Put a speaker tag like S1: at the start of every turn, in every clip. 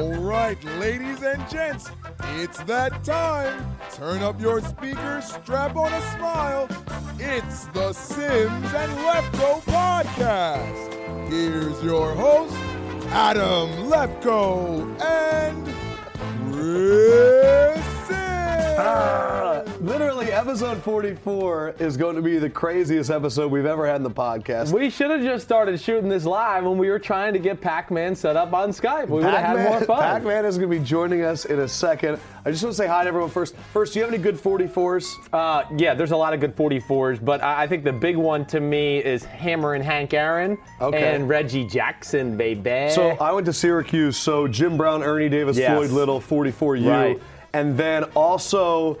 S1: right, ladies and gents, it's that time. Turn up your speakers, strap on a smile. It's the Sims and Lefko podcast. Here's your host, Adam Lefko and Chris Sims.
S2: Ah, literally, episode 44 is going to be the craziest episode we've ever had in the podcast.
S3: We should have just started shooting this live when we were trying to get Pac-Man set up on Skype. We would have had more fun.
S2: Pac-Man is going to be joining us in a second. I just want to say hi to everyone first. First, do you have any good 44s?
S3: Uh, yeah, there's a lot of good 44s, but I, I think the big one to me is Hammer and Hank Aaron
S2: Okay.
S3: and Reggie Jackson, baby.
S2: So uh, I went to Syracuse. So Jim Brown, Ernie Davis,
S3: Eh. Yes.
S2: Floyd Little, 44U,
S3: Right.
S2: and then also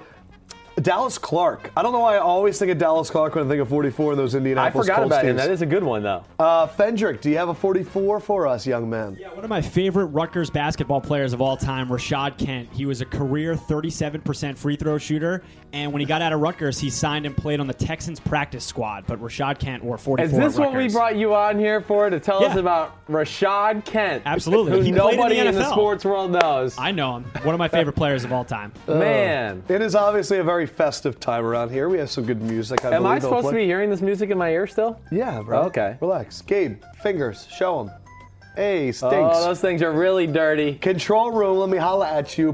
S2: Dallas Clark. I don't know why I always think of Dallas Clark when I think of 44 in those
S3: I
S2: Indianapolis.
S3: forgot
S2: Colts
S3: about him.
S2: teams.
S3: That is a good one though.
S2: uh, Fendrick, do you have a 44 for us, young man?
S4: Yeah, one of my favorite Rutgers basketball players of all time, Rashad Kent. He was a career 37% free throw shooter, and when he got out of Rutgers, he signed and played on the Texans practice squad. But Rashad Kent wore 44.
S3: is this
S4: at
S3: what we
S4: Rutgers.
S3: brought you on here for to tell us
S4: Yeah.
S3: about Rashad Kent?
S4: Absolutely.
S3: who
S4: He played in
S3: nobody
S4: the
S3: in the
S4: NFL.
S3: sports world knows.
S4: I know him. One of my favorite players of all time.
S2: Uh,
S3: Man,
S2: It is obviously a very festive time around here. We have some good music. I
S3: am I
S2: believe,
S3: supposed to be hearing this music in my ear still?
S2: be? Yeah, bro.
S3: Okay.
S2: Relax. Gabe, fingers, show them. Hey, stinks.
S3: Oh, those things are really dirty.
S2: Control room, let me holla at you,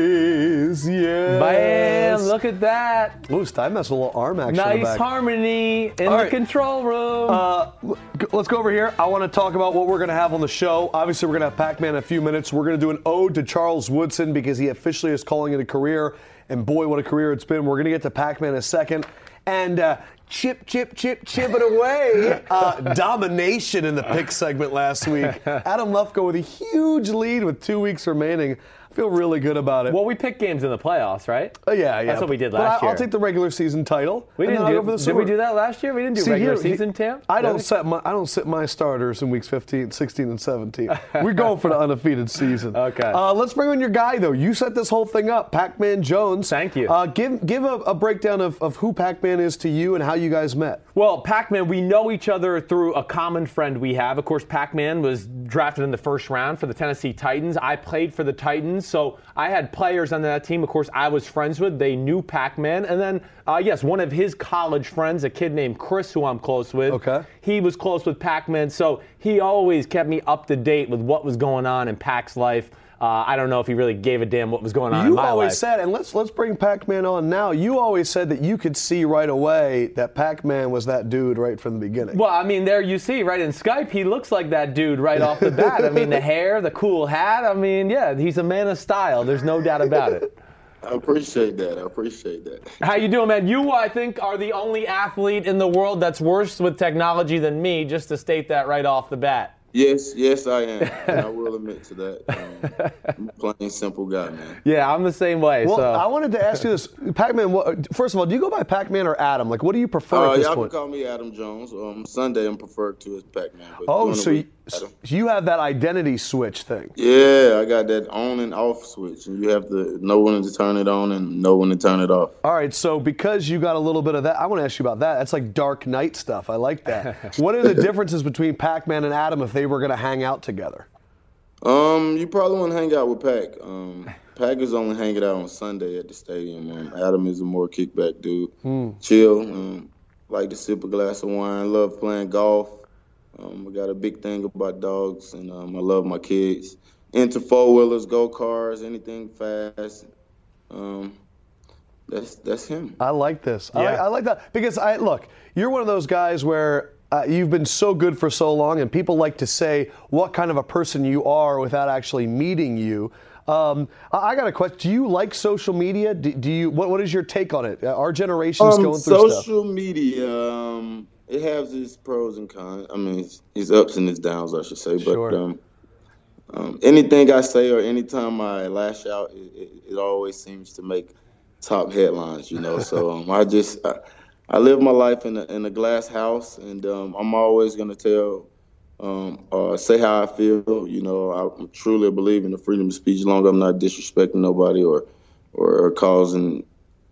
S2: please. Yes.
S3: Bam! Look at that.
S2: Ooh, Stein has a little arm action. in the
S3: Nice
S2: back.
S3: harmony in the
S2: All right.
S3: control room.
S2: Uh, l- g- let's go over here. I want to talk about what we're going to have on the show. Obviously, we're going to have Pac Man in a few minutes. We're going to do an ode to Charles Woodson because he officially is calling it a career. And boy, what a career it's been. We're going to get to Pac Man in a second. And uh, chip, chip, chip, chip it away. Uh, domination in the pick segment last week. Adam Lefko with a huge lead with two weeks remaining. I feel really good about it.
S3: well, we picked games in the playoffs, right?
S2: Uh, yeah, yeah.
S3: That's what we did
S2: But
S3: last
S2: I,
S3: year.
S2: I'll take the regular season title.
S3: We
S2: and
S3: didn't
S2: then I'll go
S3: do.
S2: for Uh, the
S3: did we
S2: Super-
S3: do that last year? We didn't do
S2: See,
S3: regular
S2: here- he-
S3: season, Tim.
S2: I don't
S3: Really?
S2: set my I don't set my starters in weeks 15, 16, and 17. We're going for the undefeated season.
S3: Okay.
S2: Uh, let's bring on your guy though. You set this whole thing up, Pac-Man Jones.
S3: Thank you.
S2: Uh, give give a, a breakdown of, of who Pac-Man is to you and how you guys met.
S3: Well, Pac-Man, we know each other through a common friend we have. Of course, Pac-Man was drafted in the first round for the Tennessee Titans. I played for the Titans, so I had players on that team. Of course, I was friends with. They knew Pac-Man, and then uh, yes, one of his college friends, a kid named Chris, who I'm close with.
S2: Okay.
S3: He was close with Pac-Man, so he always kept me up to date with what was going on in Pac's life. Uh, I don't know if he really gave a damn what was going on in
S2: You
S3: my
S2: always
S3: life.
S2: said, and let's let's bring Pac-Man on now. You always said that you could see right away that Pac-Man was that dude right from the beginning.
S3: Well, I mean, there you see, right in Skype, he looks like that dude right off the bat. I mean, the hair, the cool hat. I mean, yeah, he's a man of style. There's no doubt about it.
S5: I appreciate that. I appreciate that.
S3: How you doing, man? You, I think, are the only athlete in the world that's worse with technology than me. Just to state that right off the bat.
S5: Yes, yes, I am. And I will admit to that. Um, I'm a plain, simple guy, man.
S3: Yeah, I'm the same way.
S2: Well,
S3: so.
S2: I wanted to ask you this, Pac-Man. What, first of all, do you go by Pac-Man or Adam? Like, what do you prefer
S5: Uh,
S2: at this
S5: y'all
S2: point?
S5: can call me Adam Jones. Um, Sunday I'm preferred to as Pac-Man. but
S2: Oh,
S5: during the
S2: so you,
S5: week, Adam.
S2: you have that identity switch thing.
S5: yeah, I got that on and off switch, and you have to know when to turn it on and know when to turn it off.
S2: All right, so because you got a little bit of that, I want to ask you about that. That's like Dark Knight stuff. I like that. what are the differences between Pac-Man and Adam if they were going to hang out together?
S5: Um, you probably want to hang out with Pac. Um, Pac is only hanging out on Sunday at the stadium. Um, Adam is a more kickback dude, chill, um, like to sip a glass of wine, love playing golf. Um, I got a big thing about dogs, and um, I love my kids. Into four wheelers, go cars, anything fast. Um, that's that's him.
S2: I like this. I,
S3: Yeah.
S2: like, I like that because I look. You're one of those guys where uh, you've been so good for so long, and people like to say what kind of a person you are without actually meeting you. Um, I, I got a question. Do you like social media? Do, do you? What, what is your take on it? Uh, Our generation's
S5: Um,
S2: going through stuff.
S5: social media, um, it has its pros and cons. I mean, it's, it's ups and its downs, I should say. But
S2: Sure.
S5: um, um, anything I say or anytime I lash out, it, it, it always seems to make top headlines, you know. so um, I just I, I live my life in a, in a glass house, and um, I'm always gonna tell um, or say how I feel. You know, I truly believe in the freedom of speech, as long as I'm not disrespecting nobody or or, or causing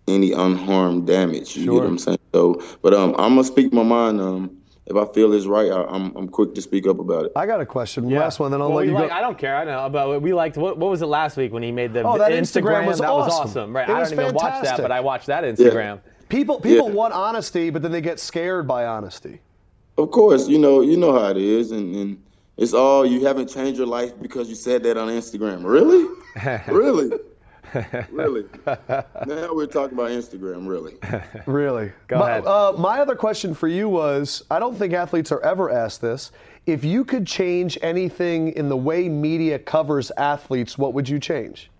S5: any unharmed damage. You get
S2: Sure.
S5: what I'm saying? So, but um, I'm gonna speak my mind. Um, if I feel it's right, I, I'm I'm quick to speak up about it.
S2: I got a question. Last one, then I'll
S3: Well,
S2: let
S3: we
S2: you
S3: like,
S2: go.
S3: I don't care. I know, but we liked. What, what was it last week when he made the,
S2: Oh,
S3: the
S2: that
S3: Instagram?
S2: Instagram was
S3: that was
S2: awesome.
S3: awesome, right?
S2: It
S3: I
S2: was
S3: don't even watch that,
S2: fantastic.
S3: but I watched that Instagram.
S2: people people
S5: Yeah.
S2: want honesty, but then they get scared by honesty.
S5: Of course, you know you know how it is, and, and it's all you haven't changed your life because you said that on Instagram. Really, really, really. Now we're talking about Instagram. Really,
S2: Really?
S3: Go
S2: my,
S3: ahead.
S2: Uh, my other question for you was I don't think athletes are ever asked this. If you could change anything in the way media covers athletes, what would you change?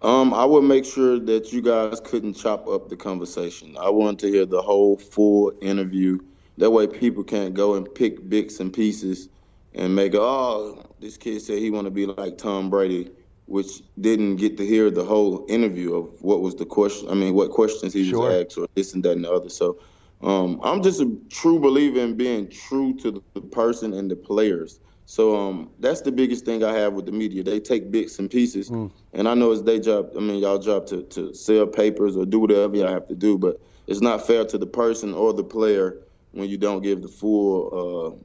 S5: um, I would make sure that you guys couldn't chop up the conversation. I wanted to hear the whole full interview. That way, people can't go and pick bits and pieces and make oh this kid said he want to be like Tom Brady, which didn't get to hear the whole interview of what was the question. I mean, what questions he
S2: Sure.
S5: was asked or this and that and the other. So, um, I'm just a true believer in being true to the- the person and the players. So um, that's the biggest thing I have with the media. They take bits and pieces, and I know it's their job. I mean, y'all job to to sell papers or do whatever y'all have to do, but it's not fair to the person or the player when you don't give the full. Uh,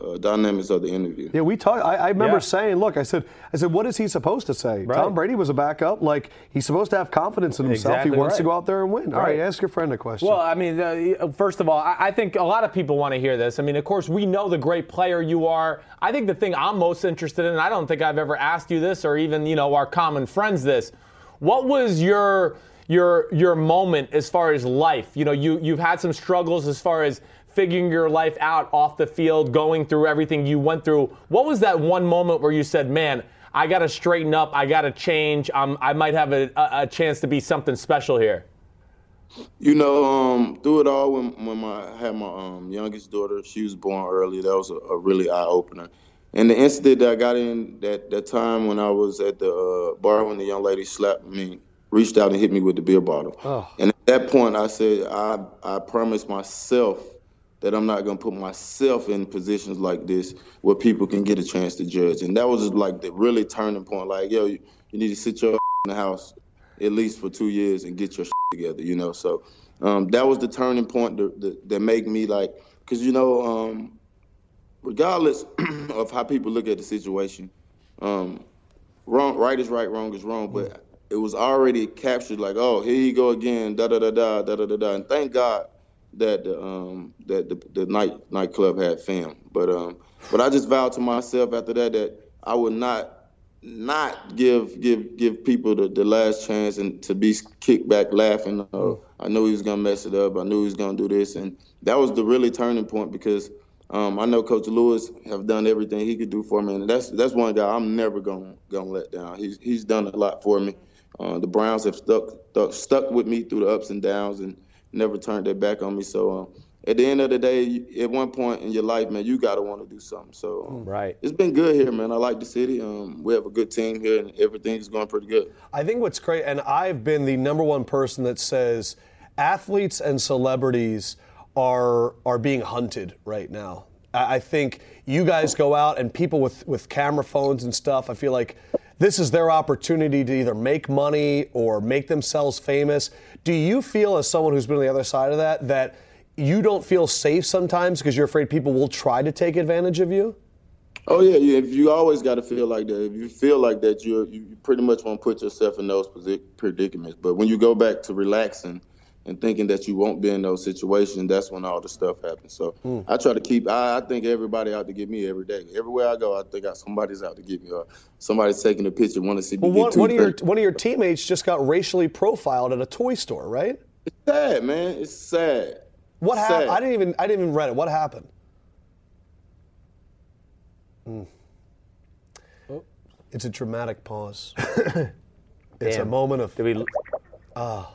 S5: uh, dynamics of the interview.
S2: Yeah, we talked. I, I remember
S3: Yeah.
S2: saying, "Look, I said, I said, what is he supposed to say?
S3: Right.
S2: Tom Brady was a backup. Like he's supposed to have confidence in himself.
S3: Exactly
S2: he wants to
S3: right.
S2: go out there and win. All right,
S3: Right.
S2: ask your friend a question.
S3: Well, I mean, the, first of all, I, I think a lot of people want to hear this. I mean, of course, we know the great player you are. I think the thing I'm most interested in, and I don't think I've ever asked you this, or even you know our common friends this. What was your your your moment as far as life? You know, you you've had some struggles as far as figuring your life out off the field, going through everything you went through. What was that one moment where you said, "Man"? I got to straighten up. I got to change. Um, I might have a, a, a chance to be something special here.
S5: You know, um, through it all, when when my, I had my um, youngest daughter, she was born early. That was a, a really eye opener. And the incident that I got in that that time when I was at the uh, bar when the young lady slapped me, reached out and hit me with the beer bottle. And at that point, I said, I I promised myself that I'm not gonna put myself in positions like this where people can get a chance to judge. And that was just like the really turning point. Like, yo, you, you need to sit your in the house at least for two years and get your together, you know. So um, that was the turning point that, that, that made me like, because you know, um, regardless of how people look at the situation, um, wrong, right is right, wrong is wrong. But it was already captured like, oh, here you go again, da da da da da da da da. And thank God that the um, that the, the night nightclub had film. But um, but I just vowed to myself after that that I would not not give give give people the, the last chance and to be kicked back laughing. Uh, I knew he was gonna mess it up. I knew he was gonna do this, and that was the really turning point because um, I know Coach Lewis have done everything he could do for me, and that's that's one guy I'm never gonna gonna let down. He's he's done a lot for me. Uh, the Browns have stuck, stuck stuck with me through the ups and downs, and never turned their back on me. So um, at the end of the day, you- at one point in your life, man, you gotta want to do something. So um,
S3: Right.
S5: it's been good here, man. I like the city. Um, we have a good team here, and everything's going pretty good.
S2: I think what's great, and I've been the number one person that says athletes and celebrities are are being hunted right now. I, I think you guys go out and people with with camera phones and stuff. I feel like this is their opportunity to either make money or make themselves famous. Do you feel, as someone who's been on the other side of that, that you don't feel safe sometimes because you're afraid people will try to take advantage of you?
S5: Oh yeah, you, if you always got to feel like that. If you feel like that, you you pretty much won't put yourself in those predic- predicaments. But when you go back to relaxing and thinking that you won't be in those situations, that's when all the stuff happens. So
S2: Hmm.
S5: I try to keep. I, I think everybody out to get me every day. Everywhere I go, I think I, somebody's out to get me, or somebody's taking a picture, want to see me
S2: Well, one,
S5: get
S2: one of
S5: two
S2: your
S5: things.
S2: one of your teammates just got racially profiled at a toy store, right?
S5: sad, man. It's sad.
S2: What
S5: Sad.
S2: happened? I didn't even I didn't even read it. What happened? Mm. It's a dramatic pause. it's a
S3: Damn.
S2: moment of
S3: Did we?
S2: oh,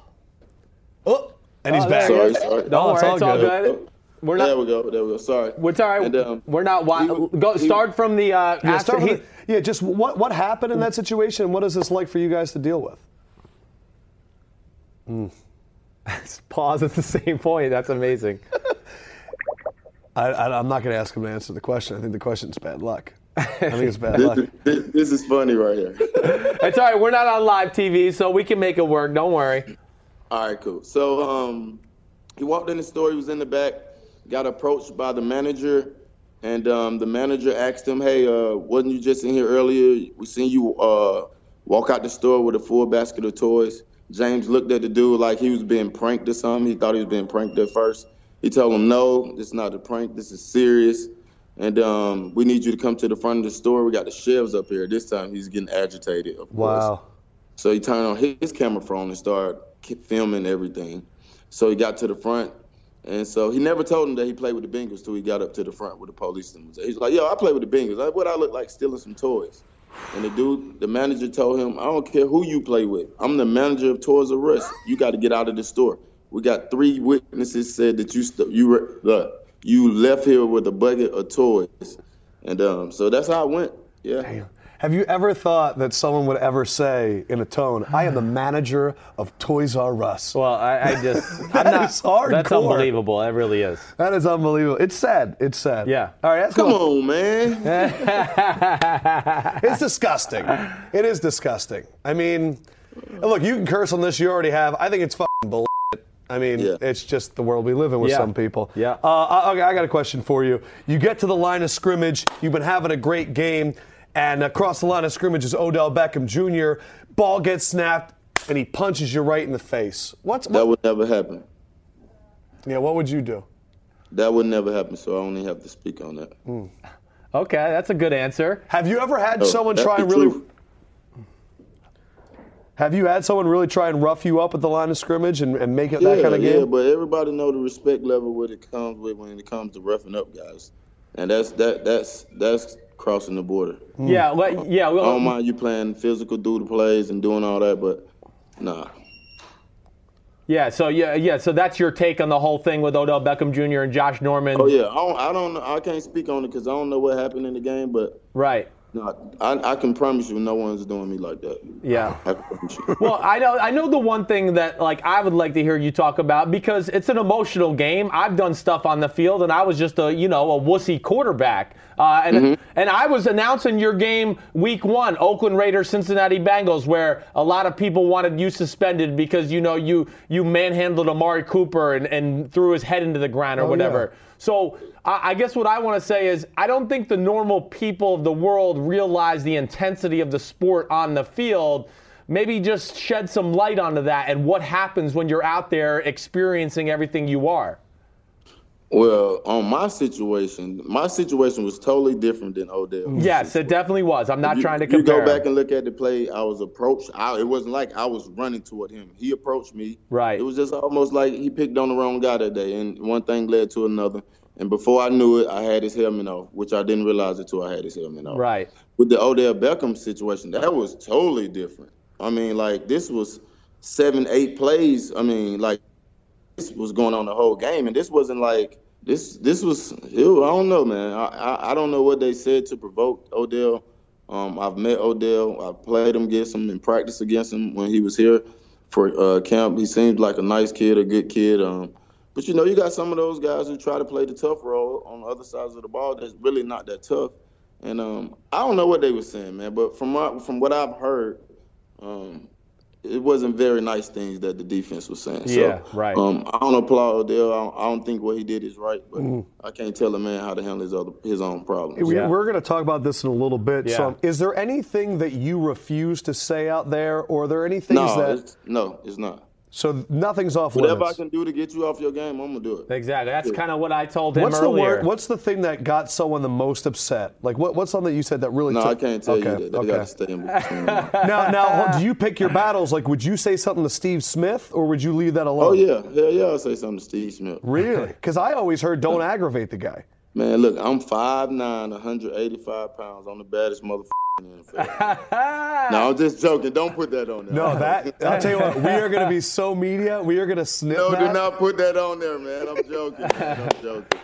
S2: and he's
S3: Oh,
S2: back.
S3: there he
S5: Sorry,
S3: is.
S5: sorry.
S3: Don't
S2: No, it's
S3: worry,
S2: all
S3: it's all
S2: good.
S3: good. We're not.
S5: there we go. There we go. Sorry.
S3: We're sorry.
S5: And, um,
S3: we're not. Wa-
S5: he was-
S3: go
S5: he-
S3: start from the. Uh,
S2: Yeah,
S3: after
S2: start
S3: he-
S2: with the- yeah, just what what happened in that situation? and What is this like for you guys to deal with?
S3: pause at the same point. That's amazing.
S2: I, I, I'm not going to ask him to answer the question. I think the question's bad luck. I think it's bad luck.
S5: This, this, this is funny right here.
S3: it's all right. We're not on live TV, so we can make it work. Don't worry.
S5: All right, cool. So um, he walked in the store. He was in the back. got approached by the manager, and um, the manager asked him, "Hey, uh, wasn't you just in here earlier? We seen you uh, walk out the store with a full basket of toys." James looked at the dude like he was being pranked or something. He thought he was being pranked at first. He told him, "No, this is not a prank. This is serious." And um, we need you to come to the front of the store. We got the shelves up here. This time he's getting agitated, of course.
S2: Wow.
S5: So he turned on his camera phone and started ki- filming everything. So he got to the front, and so he never told him that he played with the Bengals till he got up to the front with the police. And was- He's like, "Yo, I play with the Bengals. Like, what I look like stealing some toys?" And the dude, the manager, told him, "I don't care who you play with. I'm the manager of Toys R Us. You got to get out of the store. We got three witnesses said that you st- you re- look, you left here with a bucket of toys, and um, so that's how it went. Yeah."
S2: Have you ever thought that someone would ever say in a tone, "I am the manager of Toys R Us"?
S3: Well, I, I just I'm
S2: That
S3: not,
S2: is
S3: That's
S2: hardcore.
S3: unbelievable. It really is.
S2: That is unbelievable. It's sad. It's sad.
S3: Yeah.
S2: All right. Let's
S5: Come
S2: go.
S5: on, man.
S2: It's disgusting. It is disgusting. I mean, look, you can curse on this. You already have. I think it's fucking bull. I mean,
S5: Yeah.
S2: it's just the world we live in with
S3: Yeah.
S2: some people.
S3: Yeah.
S2: Uh, I, I- I got a question for you. You get to the line of scrimmage. You've been having a great game, and across the line of scrimmage is Odell Beckham Jr. Ball gets snapped, and he punches you right in the face. What's what,
S5: That would never happen.
S2: yeah? What would you do?
S5: That would never happen, so I only have to speak on that.
S3: Okay, that's a good answer.
S2: Have you ever had
S5: So,
S2: someone
S5: Oh,
S2: try
S5: that's the
S2: and really?
S5: truth.
S2: Have you had someone really try and rough you up at the line of scrimmage and, and make it that kind of game?
S5: Yeah, but everybody know the respect level what it comes with when it comes to roughing up guys, and that's that that's that's crossing the border.
S3: Yeah, let, yeah.
S5: I
S3: Well,
S2: Hmm.
S5: don't mind you playing physical dude plays and doing all that, but nah.
S3: yeah. So yeah, yeah. So that's your take on the whole thing with Odell Beckham Jr. and Josh Norman.
S5: Oh yeah, I don't I don't I can't speak on it because I don't know what happened in the game, but
S3: Right.
S5: nah, I I can promise you no one's doing me like that.
S3: Yeah.
S5: I can promise you.
S3: Well, I know I know the one thing that like I would like to hear you talk about because it's an emotional game. I've done stuff on the field and I was just a you know a wussy quarterback. Uh, and and I was announcing your game week one, Oakland Raiders, Cincinnati Bengals, where a lot of people wanted you suspended because you know you you manhandled Amari Cooper and, and threw his head into the ground or whatever. So I, I guess what I want to say is I don't think the normal people of the world realize the intensity of the sport on the field maybe just shed some light onto that and what happens when you're out there experiencing everything you are.
S5: Well, on my situation, my situation was totally different than Odell.
S3: Yes, it definitely was. I'm not
S5: you,
S3: trying to
S5: you
S3: compare.
S5: go back and look at the play. I was approached. I, it wasn't like I was running toward him. He approached me.
S3: Right.
S5: It was just almost like he picked on the wrong guy that day, and one thing led to another. And before I knew it, I had his helmet off, which I didn't realize until I had his helmet off.
S3: right.
S5: With the Odell Beckham situation, that was totally different. I mean, like this was seven, eight plays. I mean, like this was going on the whole game, and this wasn't like this. This was ew, I don't know, man. I, I I don't know what they said to provoke Odell. Um, I've met Odell. I've played him against him and practiced against him when he was here for uh, camp. He seemed like a nice kid, a good kid. Um, but you know, you got some of those guys who try to play the tough role on the other sides of the ball that's really not that tough. And um, I don't know what they were saying, man. But from my, from what I've heard, um, it wasn't very nice things that the defense was saying.
S3: Yeah,
S5: so,
S3: right.
S5: Um, I don't applaud Odell. I don't, I don't think what he did is right, but
S2: Mm.
S5: I can't tell a man how to handle his other his own problems.
S2: We,
S3: Yeah.
S2: We're going to talk about this in a little bit.
S3: Yeah.
S2: So, is there anything that you refuse to say out there, or are there any things
S5: no,
S2: that
S5: it's, no, it's not.
S2: so nothing's off
S5: Whatever I
S2: limits?
S5: can do to get you off your game, I'm gonna do it.
S3: Exactly. That's kind of what I told him
S2: what's the
S3: earlier.
S2: word? What's the thing that got someone the most upset? Like, what, what's something that you said that really?
S5: No,
S2: took,
S5: I can't tell
S2: okay,
S5: you that. They
S2: okay.
S5: gotta stay in between.
S2: now, now, do you pick your battles? Like, would you say something to Steve Smith, or would you leave that alone?
S5: oh yeah, hell yeah, I'll say something to Steve Smith.
S2: Really? Because I always heard, "Don't aggravate the guy."
S5: Man, look, I'm 5'9", 185 pounds. I'm the baddest motherfucker in the NFL. no, I'm just joking. Don't put that on there.
S2: No, that I'll tell you what. We are going to be so media. We are going to snip
S5: No,
S2: that.
S5: do not put that on there, man. I'm joking. man. I'm joking.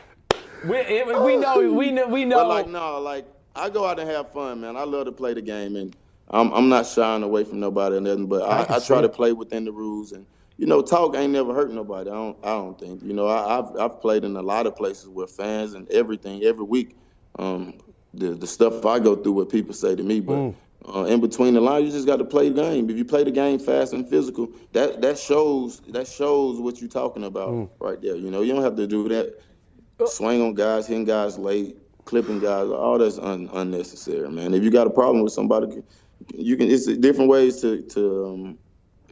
S3: we, it- we know. We know. We know.
S5: But like, no, like I go out and have fun, man. I love to play the game, and I'm I'm not shying away from nobody or nothing. But I, I, try to play within the rules, and you know, talk ain't never hurt nobody. I don't I don't think. You know, I, I've I've played in a lot of places where fans and everything every week. Um, the the stuff I go through, what people say to me, but. Uh, in between the lines, you just got to play the game. If you play the game fast and physical, that that shows that shows what you're talking about right there. You know, you don't have to do that swing on guys, hitting guys late, clipping guys. All that's un- unnecessary, man. If you got a problem with somebody, you can. It's different ways to to um,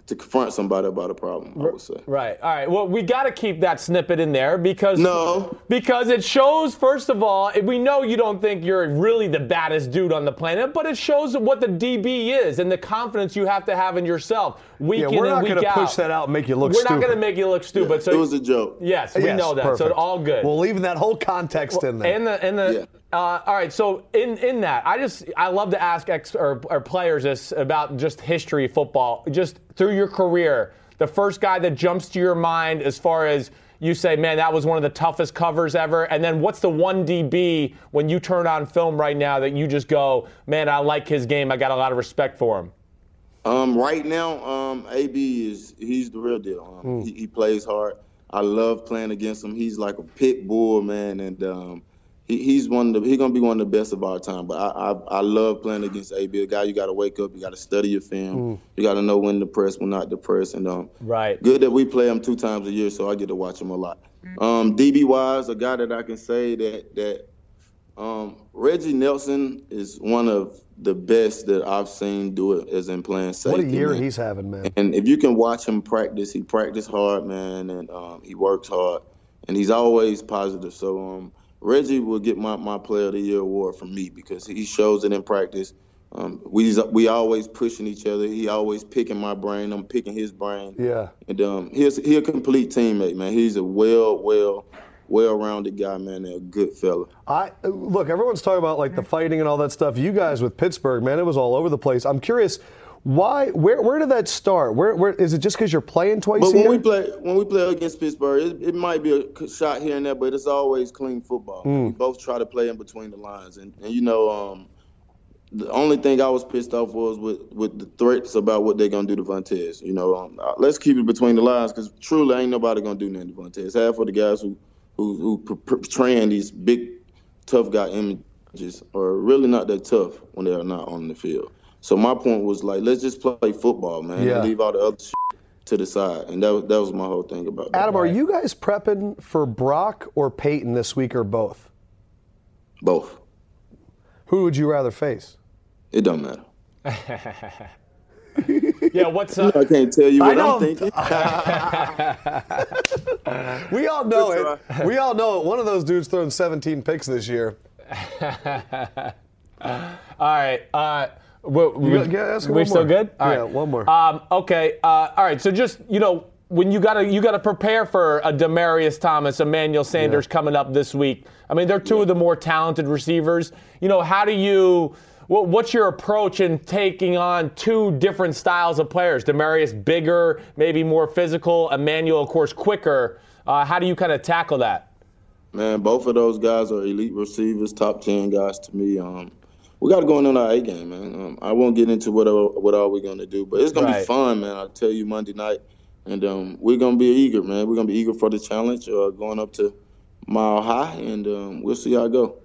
S5: to confront somebody about a problem. I would say.
S3: Right. All right. Well, we got to keep that snippet in there because
S5: No.
S3: because it shows first of all, if we know you don't think you're really the baddest dude on the planet, but it shows what the DB is and the confidence you have to have in yourself week
S2: Yeah,
S3: in
S2: we're
S3: and
S2: not
S3: week
S2: going to
S3: out.
S2: push that out and make you look
S3: We're
S2: stupid.
S3: not going to make you look stupid. So
S5: it was a joke.
S3: yes, we
S2: Yes,
S3: know that. So
S2: perfect.
S3: all good.
S2: We're leaving that whole context in there.
S3: And the and the uh, all right. So in in that, I just I love to ask ex or, or players this about just history of football, just through your career. The first guy that jumps to your mind as far as you say, man, that was one of the toughest covers ever. And then what's the one DB when you turn on film right now that you just go, man, I like his game. I got a lot of respect for him.
S5: Um, right now, um, AB is he's the real deal. Um, he, he plays hard. I love playing against him. He's like a pit bull, man, and um, he, he's one of the, he's gonna be one of the best of all time. But I, I I love playing against AB. A guy you got to wake up. You got to study your film. You got to know when to press, when not to press, and um,
S3: Right.
S5: Good that we play him two times a year, so I get to watch him a lot. Um, DB wise, a guy that I can say that that um, Reggie Nelson is one of the best that I've seen do it as in playing safety.
S2: what a year
S5: man.
S2: he's having, man.
S5: And if you can watch him practice, he practice hard, man, and um, he works hard, and he's always positive. So um, Reggie will get my, my Player of the Year award from me because he shows it in practice. Um, we we always pushing each other. He always picking my brain. I'm picking his brain.
S2: Yeah.
S5: And um, he's he a complete teammate, man. He's a well, well, well-rounded guy, man, and a good fella.
S2: I look. Everyone's talking about like the fighting and all that stuff. You guys with Pittsburgh, man, it was all over the place. I'm curious, why? Where? Where did that start? Where? Where is it? Just because you're playing twice
S5: But
S2: a
S5: when
S2: year?
S5: we play when we play against Pittsburgh, it, it might be a c- shot here and there, but it's always clean football. We both try to play in between the lines, and, and you know, um, the only thing I was pissed off was with, with the threats about what they're gonna do to Vontaze. You know, um, uh, let's keep it between the lines because truly ain't nobody gonna do nothing to Vontaze. Half of the guys who who, who p- p- portraying these big tough guy images are really not that tough when they are not on the field. So my point was like, let's just play football, man,
S2: Yeah.
S5: and leave all the other shit to the side. And that was, that was my whole thing about that.
S2: Adam, are you guys prepping for Brock or Peyton this week or both?
S5: both?
S2: Who would you rather face?
S5: It don't matter.
S3: Yeah. What's uh, up?
S5: I can't tell you
S2: I
S5: what
S2: know.
S5: I'm thinking.
S2: We all know it. We all know it. One of those dudes throwing 17 picks this year.
S3: All right. Uh, we, we,
S2: got- yeah, ask
S3: we
S2: one
S3: still
S2: more.
S3: good? All
S2: Yeah,
S3: right.
S2: one more.
S3: Um, okay. Uh, all right. So just you know, when you gotta you gotta prepare for a Demarius Thomas, Emmanuel Sanders coming up this week. I mean, they're two of the more talented receivers. You know, how do you? What, what's your approach in taking on two different styles of players? Demarius bigger, maybe more physical. Emmanuel, of course, quicker. Uh, how do you kind of tackle that?
S5: Man, both of those guys are elite receivers, top ten guys to me. Um, we got to go in on our A game, man. Um, I won't get into what all, what all we're gonna do, but it's gonna
S3: Right.
S5: be fun, man. I'll tell you Monday night, and um, we're gonna be eager, man. We're gonna be eager for the challenge, uh, going up to Mile High, and um, we'll see how it go.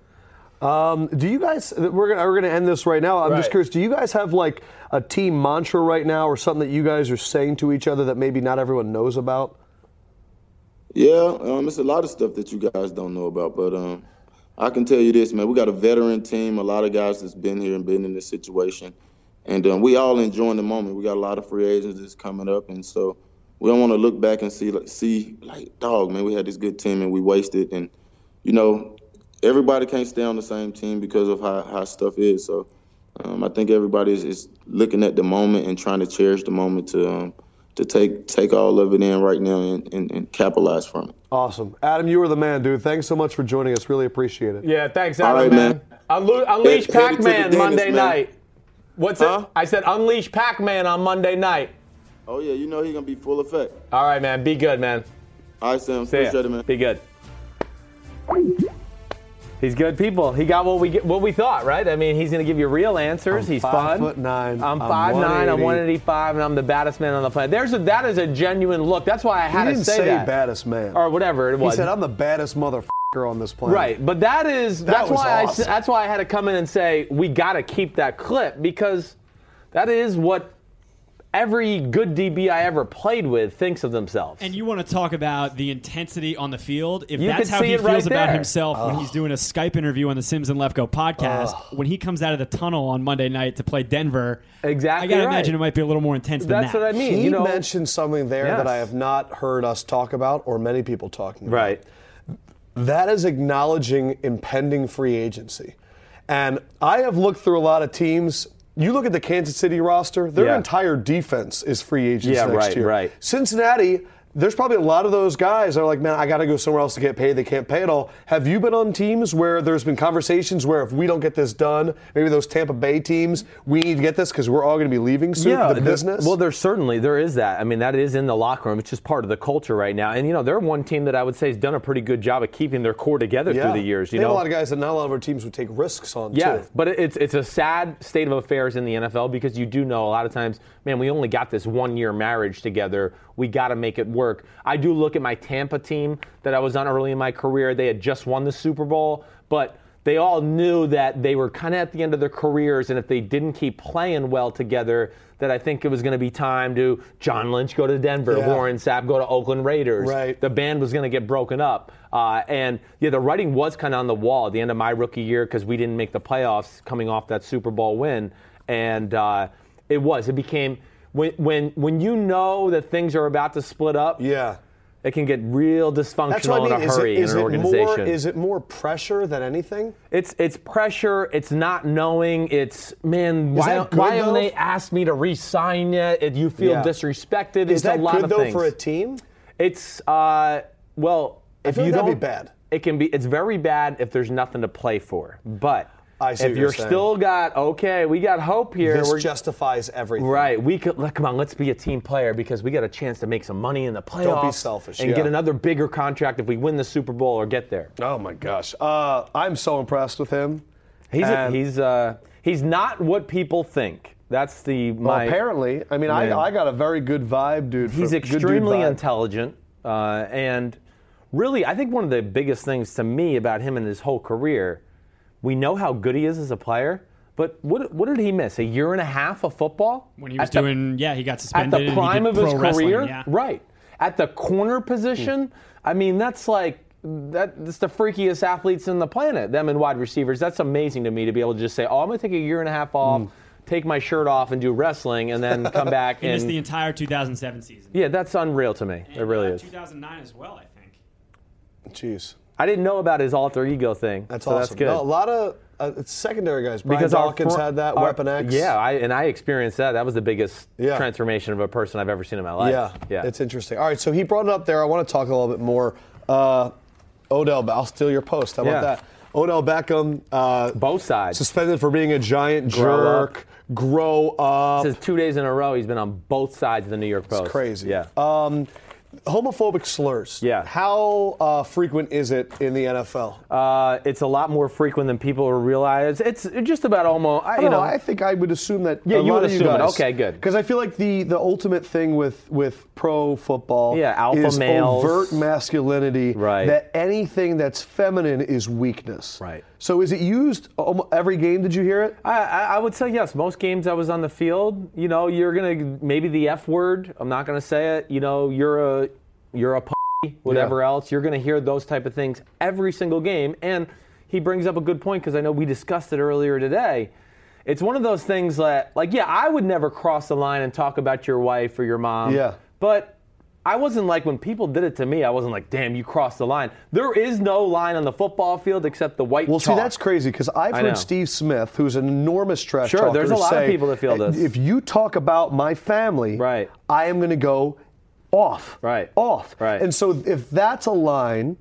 S2: Um, do you guys? We're gonna we're gonna end this right now. I'm just
S3: Right.
S2: curious. Do you guys have like a team mantra right now, or something that you guys are saying to each other that maybe not everyone knows about?
S5: Yeah, um, it's a lot of stuff that you guys don't know about, but um, I can tell you this, man. We got a veteran team, a lot of guys that's been here and been in this situation, and um, we all enjoying the moment. We got a lot of free agents that's coming up, and so we don't want to look back and see like see like dog, man. We had this good team and we wasted, and you know everybody can't stay on the same team because of how how stuff is. So um, I think everybody is, is looking at the moment and trying to cherish the moment to um, to take take all of it in right now and, and, and capitalize from it.
S2: Awesome, Adam. You were the man, dude. Thanks so much for joining us. Really appreciate it.
S3: Yeah, thanks,
S5: All
S3: Adam,
S5: right,
S3: man.
S5: man.
S3: Unlo- unleash
S5: Head- headed to the
S3: Pac-Man
S5: dentist,
S3: Monday
S5: man.
S3: night. What's
S5: Huh?
S3: it? I said unleash Pac-Man on Monday night.
S5: Oh yeah, you know he's gonna be full effect.
S3: All right, man. Be good, man.
S5: All right, Sam.
S3: See ya.
S5: Appreciate it, man.
S3: Be good. He's good people. He got what we get, what we thought, right? I mean, he's gonna give you real answers.
S2: I'm
S3: he's
S2: five
S3: fun.
S2: foot nine.
S3: I'm
S2: I'm
S3: five nine. I'm
S2: 180.
S3: 185, and I'm the baddest man on the planet. There's a, that is a genuine look. That's why I
S2: He
S3: had
S2: didn't
S3: to say,
S2: say
S3: that
S2: baddest man.
S3: or whatever it
S2: He
S3: was.
S2: said, "I'm the baddest motherfucker on this planet."
S3: Right, but that is that's
S2: was
S3: why I
S2: awesome.
S3: s- that's why I had to come in and say we got to keep that clip because that is what every good DB I ever played with thinks of themselves.
S4: And you want to talk about the intensity on the field? If
S3: You
S4: that's
S3: could
S4: how
S3: see
S4: he
S3: it right
S4: feels about
S3: there.
S4: himself when he's doing a Skype interview on the Sims and Lefko podcast, when he comes out of the tunnel on Monday night to play Denver,
S3: Exactly
S4: I gotta
S3: right.
S4: imagine it might be a little more intense than
S3: That's
S4: that.
S3: what I mean.
S2: He
S3: you know,
S2: mentioned something there that
S3: Yes.
S2: I have not heard us talk about or many people talking about.
S3: right?
S2: That is acknowledging impending free agency. And I have looked through a lot of teams. You look at the Kansas City roster, their
S3: Yeah.
S2: entire defense is free agents
S3: Yeah,
S2: next
S3: right,
S2: year.
S3: right.
S2: Cincinnati, there's probably a lot of those guys that are like, man, I got to go somewhere else to get paid. They can't pay at all. Have you been on teams where there's been conversations where if we don't get this done, maybe those Tampa Bay teams, we need to get this because we're all going to be leaving soon? the
S3: there-
S2: business?
S3: Well, there's certainly there is that. I mean, that is in the locker room. It's just part of the culture right now. And you know, they're one team that I would say has done a pretty good job of keeping their core together
S2: Yeah.
S3: through the years. You
S2: they
S3: know,
S2: have a lot of guys that not a lot of our teams would take risks on.
S3: Yeah,
S2: too.
S3: but it- it's it's a sad state of affairs in the NFL because you do know a lot of times, man, we only got this one year marriage together. We got to make it work. I do look at my Tampa team that I was on early in my career. They had just won the Super Bowl, but they all knew that they were kind of at the end of their careers, and if they didn't keep playing well together, that I think it was going to be time to John Lynch go to Denver,
S2: Yeah.
S3: Warren Sapp go to Oakland Raiders.
S2: Right.
S3: The band was going to get broken up. Uh, and yeah, the writing was kind of on the wall at the end of my rookie year because we didn't make the playoffs coming off that Super Bowl win. And uh, it was. It became when, when when you know that things are about to split up,
S2: yeah.
S3: it can get real dysfunctional
S2: That's what I mean.
S3: in a
S2: is
S3: hurry
S2: it, is
S3: in an
S2: it
S3: organization.
S2: more is it more pressure than anything?
S3: It's it's pressure. It's not knowing. It's man. Why,
S2: that good,
S3: why haven't
S2: though?
S3: they asked me to re-sign yet? It- You feel
S2: Yeah.
S3: disrespected.
S2: Is
S3: it's
S2: that
S3: a lot
S2: good
S3: of
S2: though
S3: things.
S2: for a team?
S3: It's uh, well, if
S2: feel
S3: you
S2: that'd
S3: don't
S2: be bad.
S3: it can be. It's very bad if there's nothing to play for. But
S2: I see
S3: if
S2: what
S3: you're
S2: you're saying.
S3: still got okay, we got hope here.
S2: This
S3: we're
S2: justifies everything.
S3: Right, we could like, come on. Let's be a team player because we got a chance to make some money in the playoffs.
S2: selfish,
S3: and
S2: yeah.
S3: get another bigger contract if we win the Super Bowl or get there.
S2: Oh my gosh. Uh, I'm so impressed with him.
S3: He's
S2: And-
S3: he's uh, he's not what people think. That's the
S2: Well,
S3: my
S2: apparently, I mean, I,
S3: Man.
S2: I got a very good vibe, dude.
S3: He's
S2: for- good dude
S3: extremely
S2: vibe.
S3: intelligent, uh, and really, I think one of the biggest things to me about him and his whole career, we know how good he is as a player, but what what did he miss? A year and a half of football
S4: when he was
S3: At the-
S4: doing, yeah, he got
S3: at
S4: suspended.
S3: the prime
S4: and
S3: of
S4: he did
S3: his
S4: pro wrestling,
S3: career,
S4: yeah.
S3: right? At the corner position, I mean, that's like that, that's the freakiest athletes in the planet. Them and wide receivers. That's amazing to me to be able to just say, "Oh, I'm going to take a year and a half off,
S2: Mm.
S3: take my shirt off, and do wrestling, and then come back."
S4: He missed
S3: and
S4: the entire 2007 season.
S3: yeah, that's unreal to me. it
S4: And,
S3: really
S4: uh,
S3: is.
S4: 2009 as well, I think.
S2: Jeez,
S3: I didn't know about his alter ego thing.
S2: that's
S3: so
S2: awesome.
S3: That's good.
S2: No, a lot of uh, it's secondary guys. Brian
S3: our
S2: Dawkins
S3: fr-
S2: had that.
S3: our-
S2: Weapon X.
S3: Yeah, I, and I experienced that. That was the biggest
S2: Yeah.
S3: transformation of a person I've ever seen in my life.
S2: Yeah,
S3: yeah.
S2: It's interesting. All right, so he brought it up there. I want to talk a little bit more. Uh, Odell, but I'll steal your post. How about
S3: Yeah.
S2: that? Odell Beckham uh,
S3: Both sides.
S2: suspended for being a giant
S3: Grow up.
S2: jerk. Grow up.
S3: This is two days in a row he's been on both sides of the New York Post.
S2: Crazy.
S3: Yeah.
S2: Um, homophobic slurs.
S3: Yeah.
S2: How uh, frequent is it in the NFL?
S3: Uh, it's a lot more frequent than people realize. It's just about almost. I,
S2: I
S3: you
S2: don't
S3: know,
S2: know. I think I would assume that.
S3: Yeah,
S2: a
S3: you
S2: lot
S3: would
S2: of
S3: assume it.
S2: guys-
S3: Okay, good.
S2: Because I feel like the the ultimate thing with with pro football,
S3: Yeah, alpha
S2: is
S3: males.
S2: overt masculinity.
S3: Right.
S2: That anything that's feminine is weakness.
S3: Right.
S2: So is it used almo- every game? Did you hear it?
S3: I, I I would say yes. Most games I was on the field, you know, you're gonna maybe the F word. I'm not gonna say it. You know, you're a you're a p- whatever else. You're gonna hear those type of things every single game. And he brings up a good point because I know we discussed it earlier today. It's one of those things that, like, yeah, I would never cross the line and talk about your wife or your mom.
S2: Yeah.
S3: But I wasn't like when people did it to me. I wasn't like, damn, you crossed the line. There is no line on the football field except the white.
S2: Well,
S3: chalk.
S2: see, that's crazy because I've
S3: I know.
S2: heard Steve Smith, who's an enormous trash
S3: Sure,
S2: talker,
S3: there's a lot of
S2: say,
S3: people that feel this.
S2: If you talk about my family,
S3: Right.
S2: I am going to go off,
S3: Right.
S2: off,
S3: Right.
S2: And so if that's a line,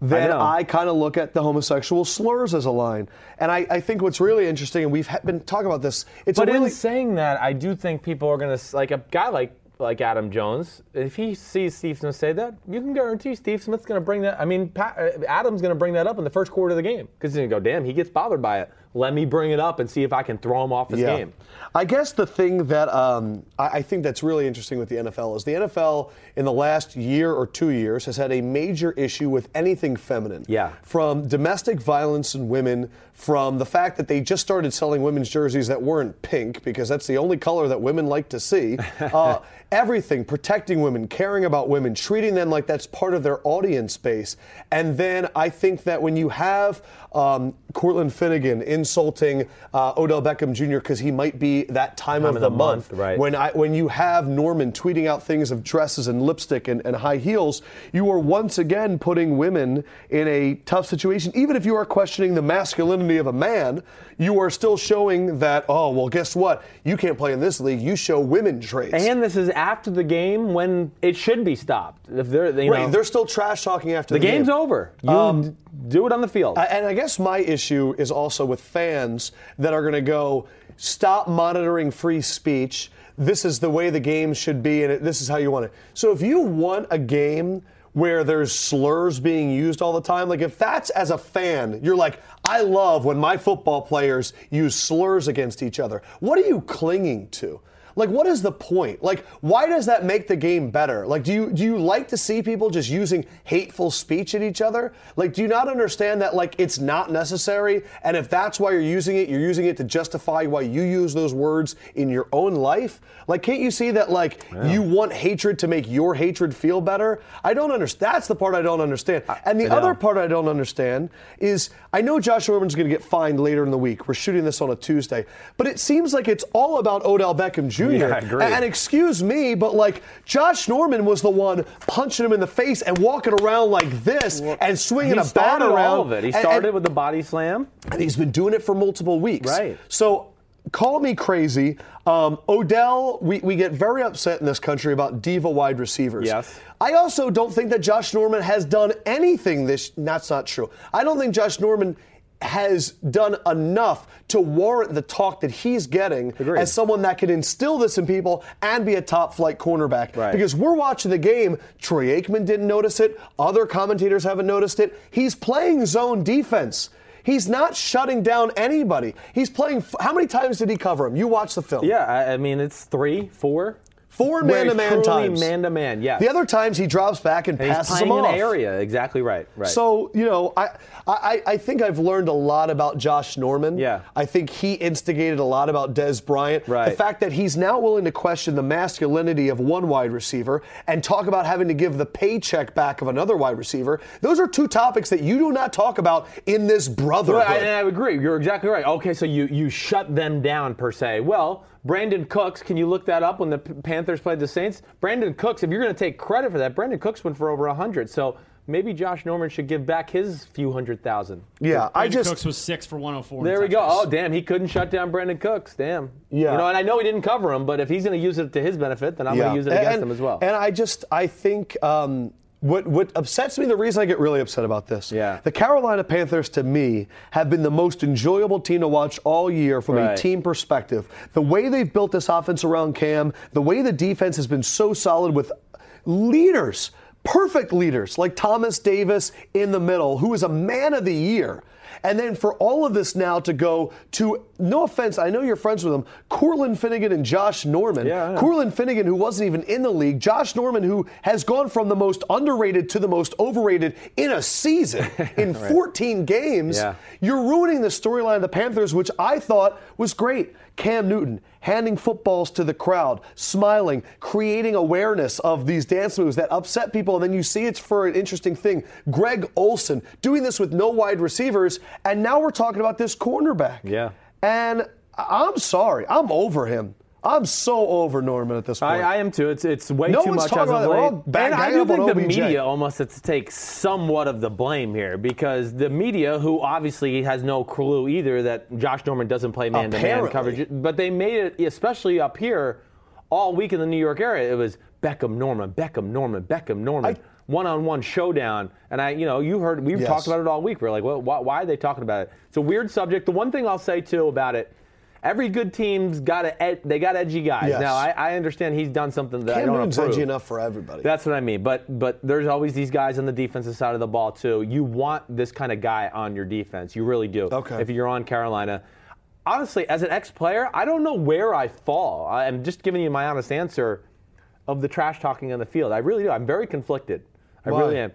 S2: then
S3: know.
S2: I, kind of look at the homosexual slurs as a line. And I, I think what's really interesting, and we've ha- been talking about this, it's
S3: But
S2: a really
S3: in saying that, I do think people are gonna like a guy like like Adam Jones. If he sees Steve Smith say that, you can guarantee Steve Smith's gonna bring that. I mean, Pat, uh, Adam's gonna bring that up in the first quarter of the game because he's gonna go, "Damn, he gets bothered by it. Let me bring it up and see if I can throw him off his game.
S2: I guess the thing that um, I, I think that's really interesting with the NFL is the NFL in the last year or two years has had a major issue with anything feminine.
S3: Yeah.
S2: From domestic violence in women, from the fact that they just started selling women's jerseys that weren't pink because that's the only color that women like to see. Uh, everything, protecting women, caring about women, treating them like that's part of their audience base. And then I think that when you have um, Courtland Finnegan insulting uh, Odell Beckham Jr. because he might be that time, of, the, month,
S3: right.
S2: when I, when you have Norman tweeting out things of dresses and lipstick and, and high heels, you are once again putting women in a tough situation. Even if you are questioning the masculinity of a man, you are still showing that, oh, well, guess what? You can't play in this league. You show women traits.
S3: And this is after the game when it should be stopped. If they're, you
S2: right,
S3: know,
S2: they're still trash talking after the,
S3: the game's
S2: game.
S3: over. You d- do it on the field.
S2: I- and I guess my issue is also with fans that are going to go stop monitoring free speech. This is the way the game should be, and it, this is how you want it. So if you want a game where there's slurs being used all the time, like if that's as a fan, you're like, I love when my football players use slurs against each other. What are you clinging to? Like, what is the point? Like, why does that make the game better? Like, do you do you like to see people just using hateful speech at each other? Like, do you not understand that like it's not necessary? And if that's why you're using it, you're using it to justify why you use those words in your own life. Like, can't you see that like you want hatred to make your hatred feel better? I don't understand. That's the part I don't understand. And the other part I don't understand is I know Josh Norman's going to get fined later in the week. We're shooting this on a Tuesday, but it seems like it's all about Odell Beckham Jr.
S3: Yeah, I agree.
S2: And, and excuse me, but like Josh Norman was the one punching him in the face and walking around like this and swinging
S3: he
S2: a bat
S3: started
S2: around.
S3: all of it. He
S2: And- and-
S3: started with the body slam.
S2: and he's been doing it for multiple weeks.
S3: Right.
S2: So call me crazy. Um, Odell, we, we get very upset in this country about diva wide receivers.
S3: Yes.
S2: I also don't think that Josh Norman has done anything this that's not true. I don't think Josh Norman has done enough to warrant the talk that he's getting
S3: Agreed.
S2: as someone that can instill this in people and be a top flight cornerback.
S3: Right.
S2: Because we're watching the game, Troy Aikman didn't notice it, other commentators haven't noticed it. He's playing zone defense. He's not shutting down anybody. He's playing. F- how many times did he cover him? You watch the film.
S3: Yeah, I, I mean it's three, four.
S2: Four
S3: Where
S2: man to man
S3: it's truly
S2: times.
S3: Man to man, yes.
S2: the other times he drops back and,
S3: and he's
S2: passes
S3: playing
S2: him
S3: in
S2: off.
S3: area. Exactly right. Right.
S2: So you know, I, I I think I've learned a lot about Josh Norman.
S3: Yeah.
S2: I think he instigated a lot about Des Bryant.
S3: Right.
S2: The fact that he's now willing to question the masculinity of one wide receiver and talk about having to give the paycheck back of another wide receiver. Those are two topics that you do not talk about in this brotherhood.
S3: Well, I, and I agree. You're exactly right. Okay, so you, you shut them down per se. Well, Brandon Cooks, can you look that up when the P- Panthers played the Saints? Brandon Cooks, if you're going to take credit for that, Brandon Cooks went for over 100. So maybe Josh Norman should give back his few hundred thousand.
S2: yeah, I
S4: Brandon
S2: just
S4: Cooks was six for 104.
S3: There we go. Oh, damn, he couldn't shut down Brandon Cooks. Damn.
S2: Yeah.
S3: You know, and I know he didn't cover him, but if he's going to use it to his benefit, then I'm going to use it
S2: And-
S3: against
S2: and,
S3: him as well.
S2: And I just I think um, what what upsets me, the reason I get really upset about this,
S3: Yeah.
S2: the Carolina Panthers to me have been the most enjoyable team to watch all year from a
S3: Right.
S2: team perspective. The way they've built this offense around Cam, the way the defense has been so solid with leaders. Perfect leaders like Thomas Davis in the middle, who is a man of the year. And then for all of this now to go to, no offense, I know you're friends with them, Cortland Finnegan and Josh Norman.
S3: Yeah, I know.
S2: Courtland Cortland Finnegan, who wasn't even in the league, Josh Norman, who has gone from the most underrated to the most overrated in a season in 14 games,
S3: Yeah.
S2: you're ruining the storyline of the Panthers, which I thought was great. Cam Newton handing footballs to the crowd, smiling, creating awareness of these dance moves that upset people, and then you see it's for an interesting thing. Greg Olson doing this with no wide receivers, and now we're talking about this cornerback.
S3: Yeah.
S2: And I- I'm sorry, I'm over him. I'm so over Norman at this point.
S3: I, I am too. It's it's way
S2: No
S3: too
S2: one's
S3: much
S2: talking about
S3: as of
S2: it. We're
S3: late.
S2: all bang-
S3: and I
S2: bang
S3: do
S2: up on
S3: think the
S2: OBJ.
S3: media almost has to take somewhat of the blame here because the media, who obviously has no clue either that Josh Norman doesn't play man-to-man
S2: Apparently.
S3: coverage, but they made it especially up here all week in the New York area. It was Beckham Norman, Beckham Norman, Beckham Norman.
S2: I-
S3: one-on-one showdown, and I, you know, you heard we've
S2: Yes.
S3: talked about it all week. We're like, well, why, why are they talking about it? It's a weird subject. The one thing I'll say too about it every good team's got a ed- they got edgy guys.
S2: Yes.
S3: Now I, I understand he's done something that I
S2: Cam
S3: don't
S2: Newton's
S3: approve.
S2: edgy enough for everybody.
S3: That's what I mean. But but there's always these guys on the defensive side of the ball too. You want this kind of guy on your defense. You really do.
S2: Okay.
S3: If you're on Carolina. Honestly, as an ex-player, I don't know where I fall. I- I'm just giving you my honest answer of the trash talking on the field. I really do. I'm very conflicted. I
S2: Why?
S3: really am.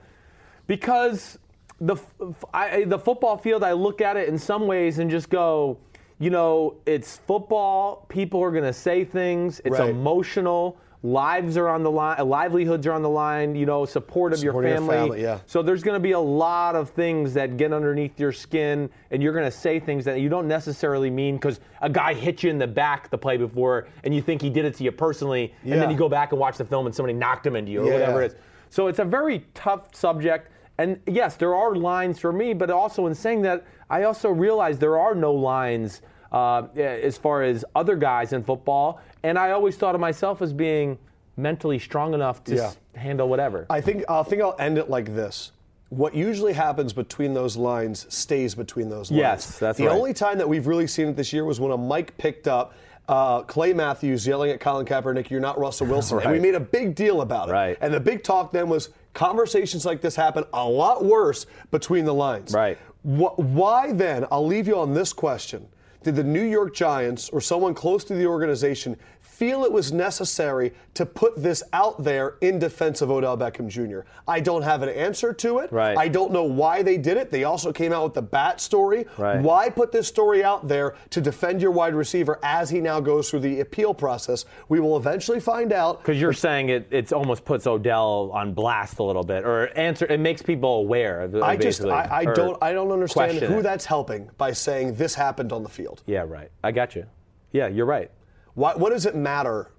S3: Because the f- f- I- the football field, I look at it in some ways and just go, you know, it's football. People are going to say things. It's
S2: Right.
S3: emotional. Lives are on the line. Livelihoods are on the line. You know, support of
S2: Support of
S3: your
S2: your
S3: family.
S2: family, yeah.
S3: So there's going to be a lot of things that get underneath your skin, and you're going to say things that you don't necessarily mean because a guy hit you in the back the play before, and you think he did it to you personally, and
S2: Yeah.
S3: then you go back and watch the film, and somebody knocked him into you or
S2: Yeah.
S3: whatever it is. So it's a very tough subject. And yes, there are lines for me, but also in saying that, I also realize there are no lines uh, as far as other guys in football. And I always thought of myself as being mentally strong enough to
S2: Yeah.
S3: s- handle whatever.
S2: I think I think I'll end it like this. What usually happens between those lines stays between those lines.
S3: Yes, that's
S2: the
S3: right.
S2: only time that we've really seen it this year was when a mic picked up uh, Clay Matthews yelling at Colin Kaepernick, "You're not Russell Wilson," and we
S3: Right.
S2: made a big deal about it.
S3: Right.
S2: And the big talk then was conversations like this happen a lot worse between the lines.
S3: Right.
S2: Wh- why then? I'll leave you on this question. Did the New York Giants or someone close to the organization feel it was necessary to put this out there in defense of Odell Beckham Jr.? I don't have an answer to it.
S3: Right.
S2: I don't know why they did it. They also came out with the bat story.
S3: Right.
S2: Why put this story out there to defend your wide receiver as he now goes through the appeal process? We will eventually find out.
S3: Because you're saying it, it almost puts Odell on blast a little bit, or answer it makes people aware. Of,
S2: I just
S3: basically,
S2: I, I
S3: or
S2: don't I don't understand
S3: question
S2: who
S3: it.
S2: that's helping by saying this happened on the field.
S3: Yeah, right. I got you. Yeah, you're right.
S2: Why, what does it matter?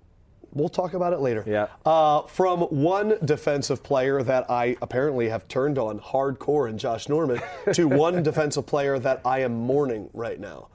S2: We'll talk about it later.
S3: Yeah.
S2: Uh, from one defensive player that I apparently have turned on hardcore in Josh Norman to one defensive player that I am mourning right now.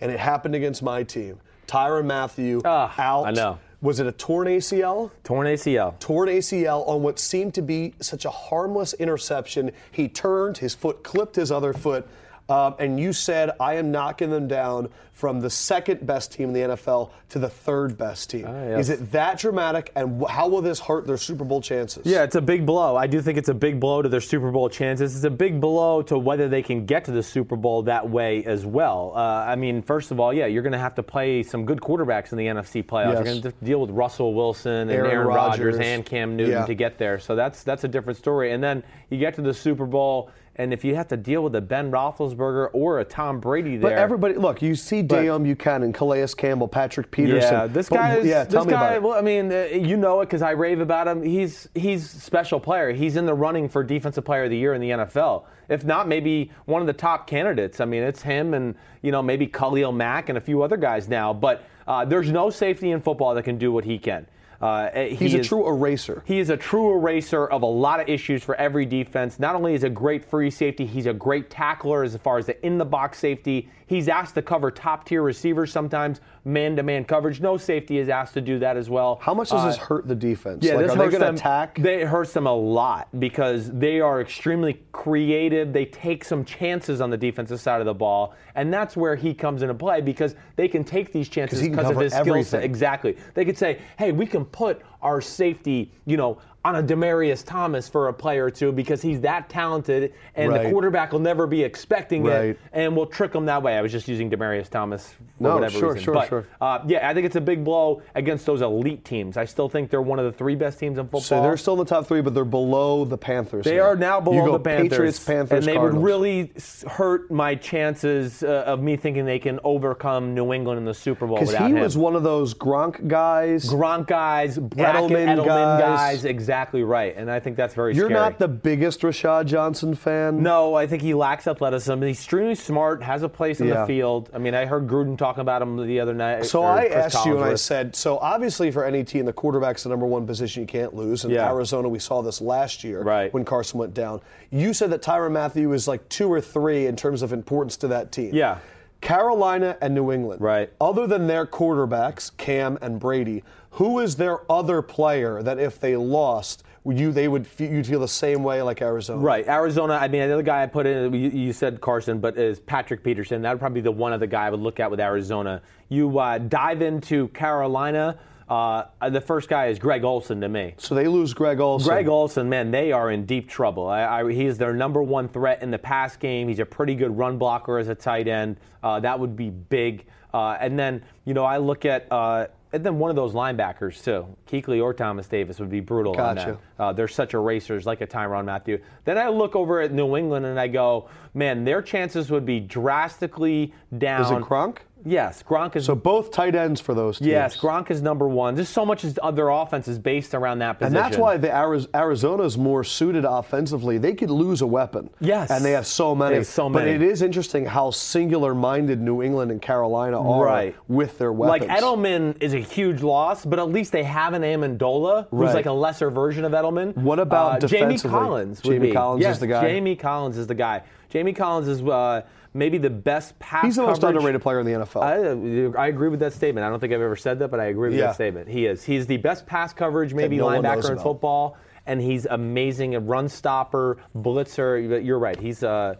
S2: And it happened against my team. Tyron Matthew
S3: Ah,
S2: out.
S3: I know.
S2: Was it a torn ACL?
S3: Torn ACL.
S2: torn ACL on what seemed to be such a harmless interception. He turned, his foot clipped his other foot, um, and you said, I am knocking them down from the second best team in the NFL to the third best team.
S3: Ah, yes.
S2: Is it that dramatic, and wh- how will this hurt their Super Bowl chances?
S3: Yeah, it's a big blow. I do think it's a big blow to their Super Bowl chances. It's a big blow to whether they can get to the Super Bowl that way as well. Uh, I mean, first of all, yeah, you're going to have to play some good quarterbacks in the NFC playoffs.
S2: Yes.
S3: You're going to deal with Russell Wilson and
S2: Aaron
S3: Aaron, Rodgers.
S2: Rodgers.
S3: and Cam Newton
S2: Yeah.
S3: to get there. So that's that's a different story. And then you get to the Super Bowl, and if you have to deal with a Ben Roethlisberger or a Tom Brady there,
S2: But everybody, look, you see Dayon Buchanan, Calais Campbell, Patrick Peterson.
S3: Yeah, this
S2: But-
S3: guy is.
S2: Yeah, tell
S3: this
S2: me
S3: guy.
S2: about it.
S3: Well, I mean, uh, you know it because I rave about him. He's he's special player. He's in the running for defensive player of the year in the NFL. If not, maybe one of the top candidates. I mean, it's him and you know maybe Khalil Mack and a few other guys now. But uh, there's no safety in football that can do what he can. Uh, he
S2: He's a
S3: is-
S2: true eraser.
S3: he is a true eraser of a lot of issues for every defense. Not only is a great free safety, he's a great tackler as far as the in the box safety. He's asked to cover top tier receivers sometimes, man to man coverage. No safety is asked to do that as well.
S2: how much does this
S3: Uh,
S2: hurt the defense?
S3: yeah,
S2: like,
S3: this
S2: are they
S3: hurts
S2: going to
S3: them-
S2: attack?
S3: They, it hurts them a lot because they are extremely creative. They take some chances on the defensive side of the ball, and that's where he comes into play because they can take these chances
S2: he can
S3: because of
S2: cover
S3: his skill set.
S2: everything.
S3: Exactly. They could say, "Hey, we can put our safety, you know, on a Demarius Thomas for a play or two because he's that talented, and
S2: Right.
S3: the quarterback will never be expecting
S2: Right.
S3: it, and we'll trick him that way." I was just using Demarius Thomas for
S2: No,
S3: whatever
S2: sure,
S3: reason,
S2: sure,
S3: but
S2: sure.
S3: uh, yeah, I think it's a big blow against those elite teams. I still think they're one of the three best teams in football.
S2: So they're still in the top three, but they're below the Panthers.
S3: They
S2: now.
S3: are now below
S2: you go
S3: the Panthers,
S2: Patriots, Panthers,
S3: and they
S2: Cardinals.
S3: would really s- hurt my chances uh, of me thinking they can overcome New England in the Super Bowl
S2: because
S3: without
S2: he
S3: him.
S2: was one of those Gronk guys.
S3: Gronk guys, bracket
S2: Edelman
S3: Edelman,
S2: guys.
S3: guys. exactly right, and I think that's very.
S2: You're
S3: scary.
S2: not the biggest Rashad Johnson fan.
S3: No, I think he lacks athleticism. He's extremely smart, has a place in
S2: Yeah.
S3: the field. I mean, I heard Gruden talking about him the other night.
S2: So
S3: or
S2: I
S3: Chris
S2: asked you, and I
S3: Collinsworth.
S2: said, so obviously for any team, the quarterback's the number one position you can't lose. In
S3: Yeah.
S2: Arizona, we saw this last year
S3: Right.
S2: when Carson went down. You said that Tyron Matthew is like two or three in terms of importance to that team.
S3: Yeah.
S2: Carolina and New England.
S3: Right.
S2: Other than their quarterbacks, Cam and Brady, who is their other player that if they lost, would you they would fe- you'd feel the same way like Arizona?
S3: Right, Arizona. I mean, the other guy I put in, you, you said Carson, but is Patrick Peterson. That would probably be the one other guy I would look at with Arizona. You uh, dive into Carolina. Uh, the first guy is Greg Olson to me.
S2: So they lose Greg Olson.
S3: Greg Olson, man, they are in deep trouble. I, I, he is their number one threat in the pass game. He's a pretty good run blocker as a tight end. Uh, that would be big. Uh, and then, you know, I look at uh, and then one of those linebackers too, Keekly or Thomas Davis would be brutal on
S2: Gotcha.
S3: that. Uh, they're such erasers, like a Tyron Matthew. Then I look over at New England and I go, man, their chances would be drastically down.
S2: Is it Gronk?
S3: Yes, Gronk is.
S2: So both tight ends for those teams.
S3: yes, Gronk is number one. There's so much is- of their offense is based around that
S2: And
S3: position.
S2: that's why the Ari- Arizona's more suited offensively. They could lose a weapon.
S3: Yes.
S2: And they have so many.
S3: They have so
S2: But
S3: many.
S2: it is interesting how singular minded New England and Carolina are
S3: Right.
S2: with their weapons.
S3: Like Edelman is a huge loss, but at least they have an Amendola, who's
S2: Right.
S3: like a lesser version of Edelman. Uh,
S2: What about
S3: Jamie
S2: defensively?
S3: Collins? would
S2: Jamie
S3: be.
S2: Collins is
S3: Yes,
S2: the guy.
S3: Jamie Collins is the guy. Jamie Collins is uh, maybe the best pass.
S2: He's the most
S3: coverage-
S2: underrated player in the NFL.
S3: I, I agree with that statement. I don't think I've ever said that, but I agree with
S2: Yeah.
S3: that statement. He is. He's the best pass coverage, maybe
S2: no one knows
S3: linebacker in
S2: about.
S3: football, and he's amazing a run stopper, blitzer. You're right. He's. Uh,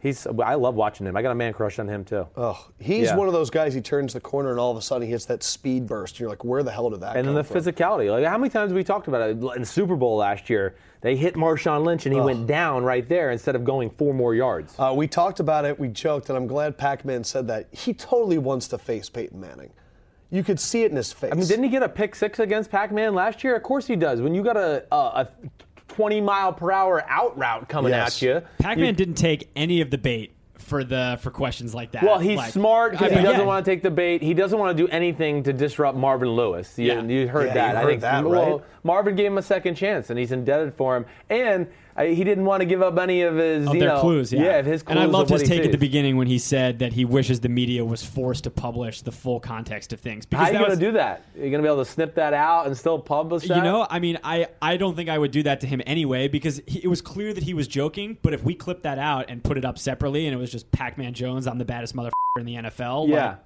S3: he's. I love watching him. I got a man crush on him too.
S2: Oh, he's
S3: Yeah.
S2: one of those guys. He turns the corner and all of a sudden he hits that speed burst. You're like, where the hell did that?
S3: And
S2: come
S3: then the
S2: from?
S3: physicality. Like how many times we talked about it in the Super Bowl last year? They hit Marshawn Lynch and he went down right there instead of going four more yards.
S2: Uh, we talked about it. We joked, and I'm glad Pac-Man said that. He totally wants to face Peyton Manning. You could see it in his face.
S3: I mean, didn't he get a pick six against Pac-Man last year? Of course he does. When you got a a, a 20 mile per hour out route coming
S2: Yes.
S3: at you.
S4: Pac-Man
S3: you-
S4: didn't take any of the bait for the for questions like that.
S3: Well, he's
S4: Like,
S3: smart because
S4: I
S3: he
S4: mean,
S3: doesn't
S4: yeah.
S3: want to take the bait. He doesn't want to do anything to disrupt Marvin Lewis. You,
S4: Yeah.
S3: you heard
S2: Yeah,
S3: that.
S2: you
S3: I
S2: heard
S3: think
S2: that, right?
S3: well, Marvin gave him a second chance, and he's indebted for him. And uh, he didn't want to give up any of his
S4: Of
S3: you
S4: their
S3: know,
S4: clues, yeah.
S3: of his clues.
S4: and I loved
S3: of what
S4: his
S3: he
S4: take at the
S3: sees.
S4: beginning when he said that he wishes the media was forced to publish the full context of things. Because
S3: How are you
S4: that
S3: going
S4: was-
S3: to do that? You're going to be able to snip that out and still publish that?
S4: You know, I mean, I, I don't think I would do that to him anyway because he, it was clear that he was joking. But if we clipped that out and put it up separately, and it was just Pac-Man Jones, I'm the baddest motherfucker in the NFL.
S3: Yeah.
S4: like,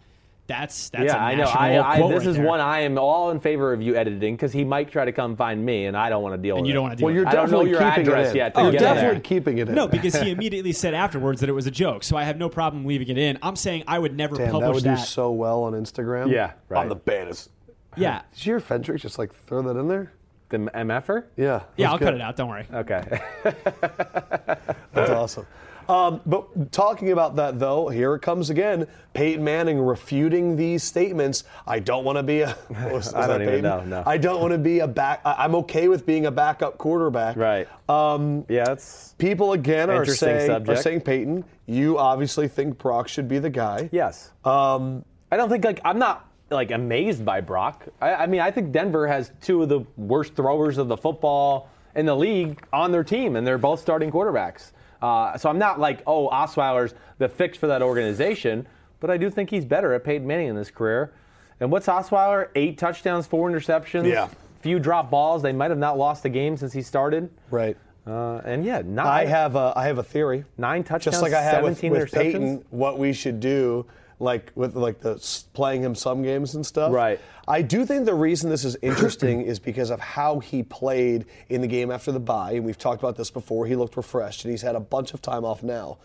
S4: that's that's
S3: yeah,
S4: a
S3: I know.
S4: national
S3: I, I,
S4: quote
S3: this
S4: right
S3: is
S4: there.
S3: one I am all in favor of you editing because he might try to come find me, and I don't want to deal
S4: and
S3: with it.
S4: you don't want to do.
S2: Well,
S4: it.
S2: you're
S3: I don't know
S2: definitely
S3: your
S2: keeping
S3: address
S2: it in.
S3: yet to
S2: Oh,
S4: get
S2: definitely
S4: there.
S2: keeping it in.
S4: No, because he immediately said afterwards that it was a joke. So I have no problem leaving it in. I'm saying I would never
S2: Damn, that
S4: publish
S2: would
S4: that.
S2: do so well on Instagram.
S3: Yeah, right.
S2: I'm the baddest.
S4: yeah.
S2: Did you hear Fendrick just like throw that in there?
S3: The MFer?
S2: Yeah.
S4: Yeah,
S2: that's
S4: I'll
S2: good.
S4: cut it out. Don't worry.
S3: Okay.
S2: That's awesome. Um, but talking about that, though, here it comes again. Peyton Manning refuting these statements. I don't want to be a. was- was
S3: I
S2: that
S3: don't even
S2: Peyton?
S3: know, no.
S2: I don't want to be a back. I- I'm okay with being a backup quarterback.
S3: right.
S2: Um,
S3: yeah, that's.
S2: people again are
S3: Interesting
S2: saying, are
S3: subject.
S2: saying Peyton. You obviously think Brock should be the guy.
S3: Yes.
S2: Um,
S3: I don't think, like, I'm not. Like amazed by Brock. I, I mean, I think Denver has two of the worst throwers of the football in the league on their team, and they're both starting quarterbacks. Uh, so I'm not like, oh, Osweiler's the fix for that organization, but I do think he's better at Peyton Manning in this career. And what's Osweiler? Eight touchdowns, four interceptions,
S2: Yeah.
S3: few drop balls. They might have not lost a game since he started.
S2: right.
S3: Uh, and yeah, nine,
S2: I have a, I have a theory.
S3: nine touchdowns,
S2: just like I had with,
S3: 17
S2: with
S3: interceptions.
S2: Peyton, what we should do, like with like the s- playing him some games and stuff.
S3: Right.
S2: I do think the reason this is interesting is because of how he played in the game after the bye, and we've talked about this before. He looked refreshed, and he's had a bunch of time off now.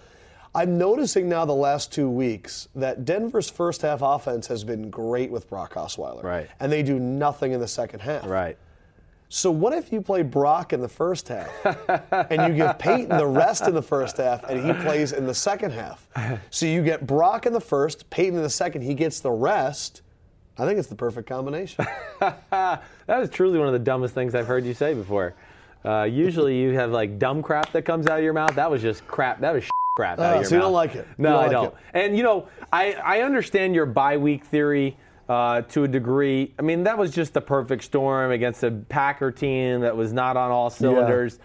S2: I'm noticing now the last two weeks that Denver's first half offense has been great with Brock Osweiler,
S3: Right.
S2: And they do nothing in the second half,
S3: Right.
S2: so what if you play Brock in the first half and you give Peyton the rest in the first half and he plays in the second half? So you get Brock in the first, Peyton in the second, he gets the rest. I think it's the perfect combination.
S3: That is truly one of the dumbest things I've heard you say before. Uh, usually you have like dumb crap that comes out of your mouth. That was just crap. That was sh- crap out
S2: Ah,
S3: of your
S2: so you
S3: mouth.
S2: don't like it. You
S3: No,
S2: don't
S3: I
S2: like
S3: don't.
S2: it.
S3: And you know, I, I understand your bye week theory uh, to a degree. I mean, that was just the perfect storm against a Packer team that was not on all cylinders.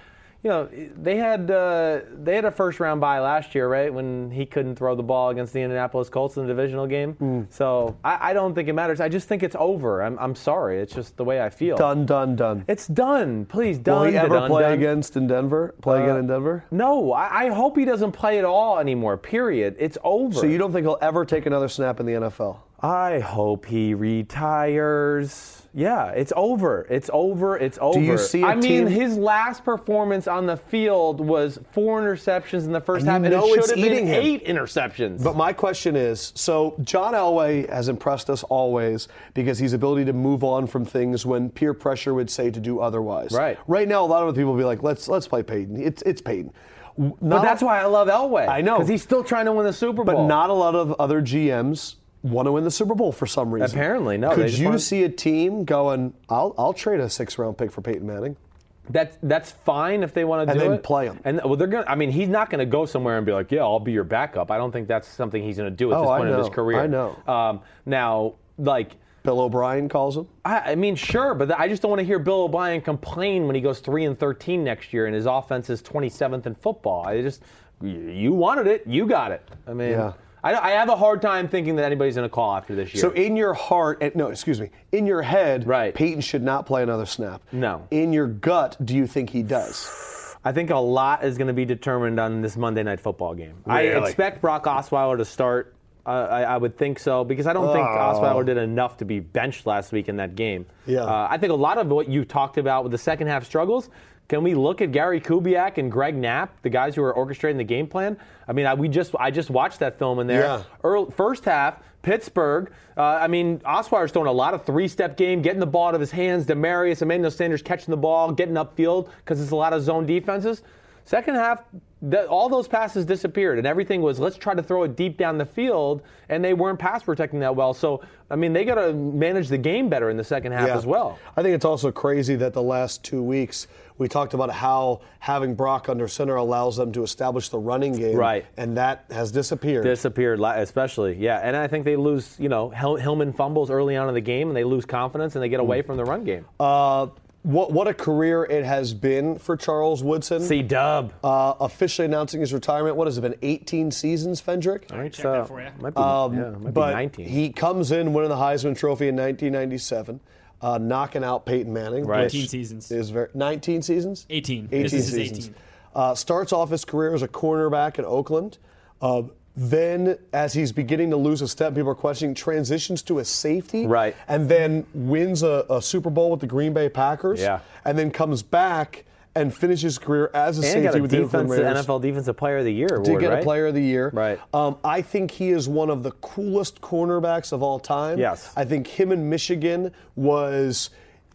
S3: you know, they had uh, they had a first round bye last year, right? When he couldn't throw the ball against the Indianapolis Colts in the divisional game.
S2: Mm.
S3: So I, I don't think it matters. I just think it's over. I'm, I'm sorry. It's just the way I feel.
S2: Done, done, done.
S3: It's done. Please, done.
S2: Will he ever
S3: done,
S2: play
S3: done. Uh,
S2: against in Denver? Play again in Denver?
S3: No, I, I hope he doesn't play at all anymore. Period. It's over.
S2: So you don't think he'll ever take another snap in the NFL?
S3: I hope he retires. Yeah, it's over. It's over. It's over.
S2: you see a
S3: I mean,
S2: team-
S3: his last performance on the field was four interceptions in the first half,
S2: And you
S3: and it
S2: know
S3: should
S2: it's
S3: have been
S2: eating him.
S3: eight interceptions.
S2: But my question is so John Elway has impressed us always because his ability to move on from things when peer pressure would say to do otherwise.
S3: Right.
S2: Right now, a lot of the people will be like, let's let's play Peyton. It's it's Peyton. W-
S3: But
S2: not-
S3: that's why I love Elway.
S2: I know.
S3: because he's still trying to win the Super Bowl.
S2: But not a lot of other GMs want to win the Super Bowl for some reason.
S3: Apparently, no, they
S2: Could
S3: just
S2: you
S3: wanna-
S2: see a team going, I'll, I'll trade a six round pick for Peyton Manning?
S3: That's that's fine if they want to
S2: And
S3: do
S2: then
S3: it.
S2: play him.
S3: And well, they're gonna. I mean, he's not gonna go somewhere and be like, "Yeah, I'll be your backup." I don't think that's something he's gonna do at
S2: Oh,
S3: this
S2: I
S3: point in his
S2: know.
S3: career.
S2: I know.
S3: Um, now, like.
S2: Bill O'Brien calls him.
S3: I, I mean, sure, but I just don't want to hear Bill O'Brien complain when he goes three and thirteen next year and his offense is twenty seventh in football. I just, y- you wanted it, you got it. I mean,
S2: Yeah.
S3: I, don't- I have a hard time thinking that anybody's going to call after this year.
S2: So in your heart, eh, no, excuse me, in your head,
S3: Right.
S2: Peyton should not play another snap.
S3: No.
S2: In your gut, do you think he does?
S3: I think a lot is going to be determined on this Monday night football game. I
S2: Really?
S3: expect Brock Osweiler to start. Uh, I, I would think so because I don't think
S2: Oh.
S3: Osweiler did enough to be benched last week in that game.
S2: Yeah.
S3: Uh, I think a lot of what you talked about with the second half struggles. Can we look at Gary Kubiak and Greg Knapp, the guys who are orchestrating the game plan? I mean, I, we just I just watched that film in there.
S2: Yeah.
S3: Earl- first half, Pittsburgh. Uh, I mean, Osweiler's throwing a lot of three-step game, getting the ball out of his hands. Demarius, Emmanuel Sanders catching the ball, getting upfield because it's a lot of zone defenses. Second half, the, all those passes disappeared, and everything was let's try to throw it deep down the field, and they weren't pass protecting that well. So, I mean, they got to manage the game better in the second half as well.
S2: I think it's also crazy that the last two weeks we talked about how having Brock under center allows them to establish the running game.
S3: Right.
S2: And that has disappeared.
S3: Disappeared, la- especially yeah, and I think they lose. You know, Hel- Hillman fumbles early on in the game, and they lose confidence, and they get away from the run game.
S2: Uh, what, what a career it has been for Charles Woodson.
S3: C Dub.
S2: Uh, officially announcing his retirement. What has it been? 18 seasons, Fendrick?
S4: Let me check
S3: So,
S4: that for you.
S3: Might be, yeah, might be
S2: Um, but
S3: 19.
S2: he comes in winning the Heisman Trophy in 1997, uh, knocking out Peyton Manning.
S3: Right.
S2: which
S4: 18 seasons.
S2: Is very, 19 seasons?
S4: 18.
S2: 18
S4: This is his
S2: seasons.
S4: 18.
S2: Uh, starts off his career as a cornerback in Oakland. Uh, then, as he's beginning to lose a step, people are questioning, transitions to a safety.
S3: Right.
S2: And then wins a, a Super Bowl with the Green Bay Packers.
S3: Yeah.
S2: And then comes back and finishes his career as a
S3: and
S2: safety
S3: got a
S2: with the Oakland
S3: defensive,
S2: Raiders.
S3: NFL Defensive Player of the Year award,
S2: Did get
S3: right?
S2: a Player of the Year.
S3: Right.
S2: Um, I think he is one of the coolest cornerbacks of all time.
S3: Yes.
S2: I think him in Michigan was.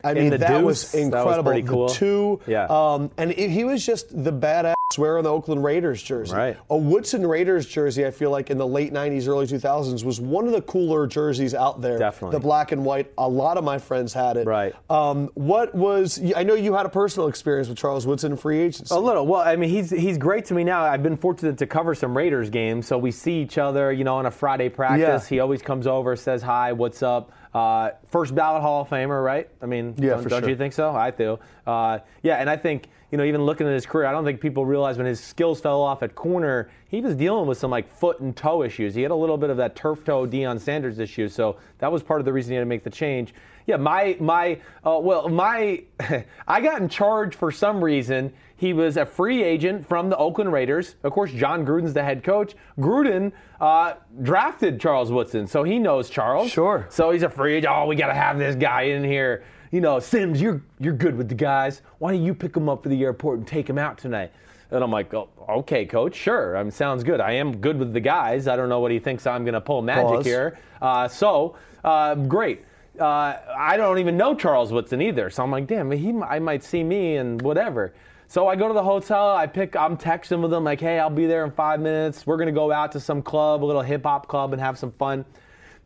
S2: I mean,
S3: the
S2: that
S3: deuce,
S2: was
S3: that was
S2: incredible.
S3: pretty cool.
S2: The two.
S3: Yeah.
S2: Um, and it, he was just the badass wearing the Oakland Raiders jersey.
S3: Right.
S2: A Woodson Raiders jersey, I feel like, in the late 90s, early 2000s, was one of the cooler jerseys out there.
S3: Definitely.
S2: The black and white. A lot of my friends had it.
S3: Right.
S2: Um, what was. I know you had a personal experience with Charles Woodson in free agency.
S3: A little. Well, I mean, he's he's great to me now. I've been fortunate to cover some Raiders games, so we see each other, you know, on a Friday practice.
S2: Yeah.
S3: He always comes over, says hi, what's up. Uh, first ballot Hall of Famer, right? I mean,
S2: Yeah,
S3: don't,
S2: for
S3: don't
S2: sure.
S3: you think so? I do. Uh, yeah, and I think you know, even looking at his career, I don't think people realize when his skills fell off at corner, he was dealing with some like foot and toe issues. He had a little bit of that turf toe Deion Sanders issue, so that was part of the reason he had to make the change. Yeah, my my uh, well my I got in charge for some reason. He was a free agent from the Oakland Raiders. Of course, John Gruden's the head coach. Gruden uh, drafted Charles Woodson, so he knows Charles.
S2: Sure.
S3: So he's a free agent. Oh, we got to have this guy in here. You know, Sims, you're you're good with the guys. Why don't you pick him up for the airport and take him out tonight? And I'm like, oh, okay, coach, sure. Um, sounds good. I am good with the guys. I don't know what he thinks I'm going to pull magic
S2: Pause.
S3: here. Uh, so, uh, great. Uh, I don't even know Charles Woodson either. So I'm like, damn, he, I might see me and whatever. So I go to the hotel. I pick. I'm texting with him like, hey, I'll be there in five minutes. We're gonna go out to some club, a little hip hop club, and have some fun.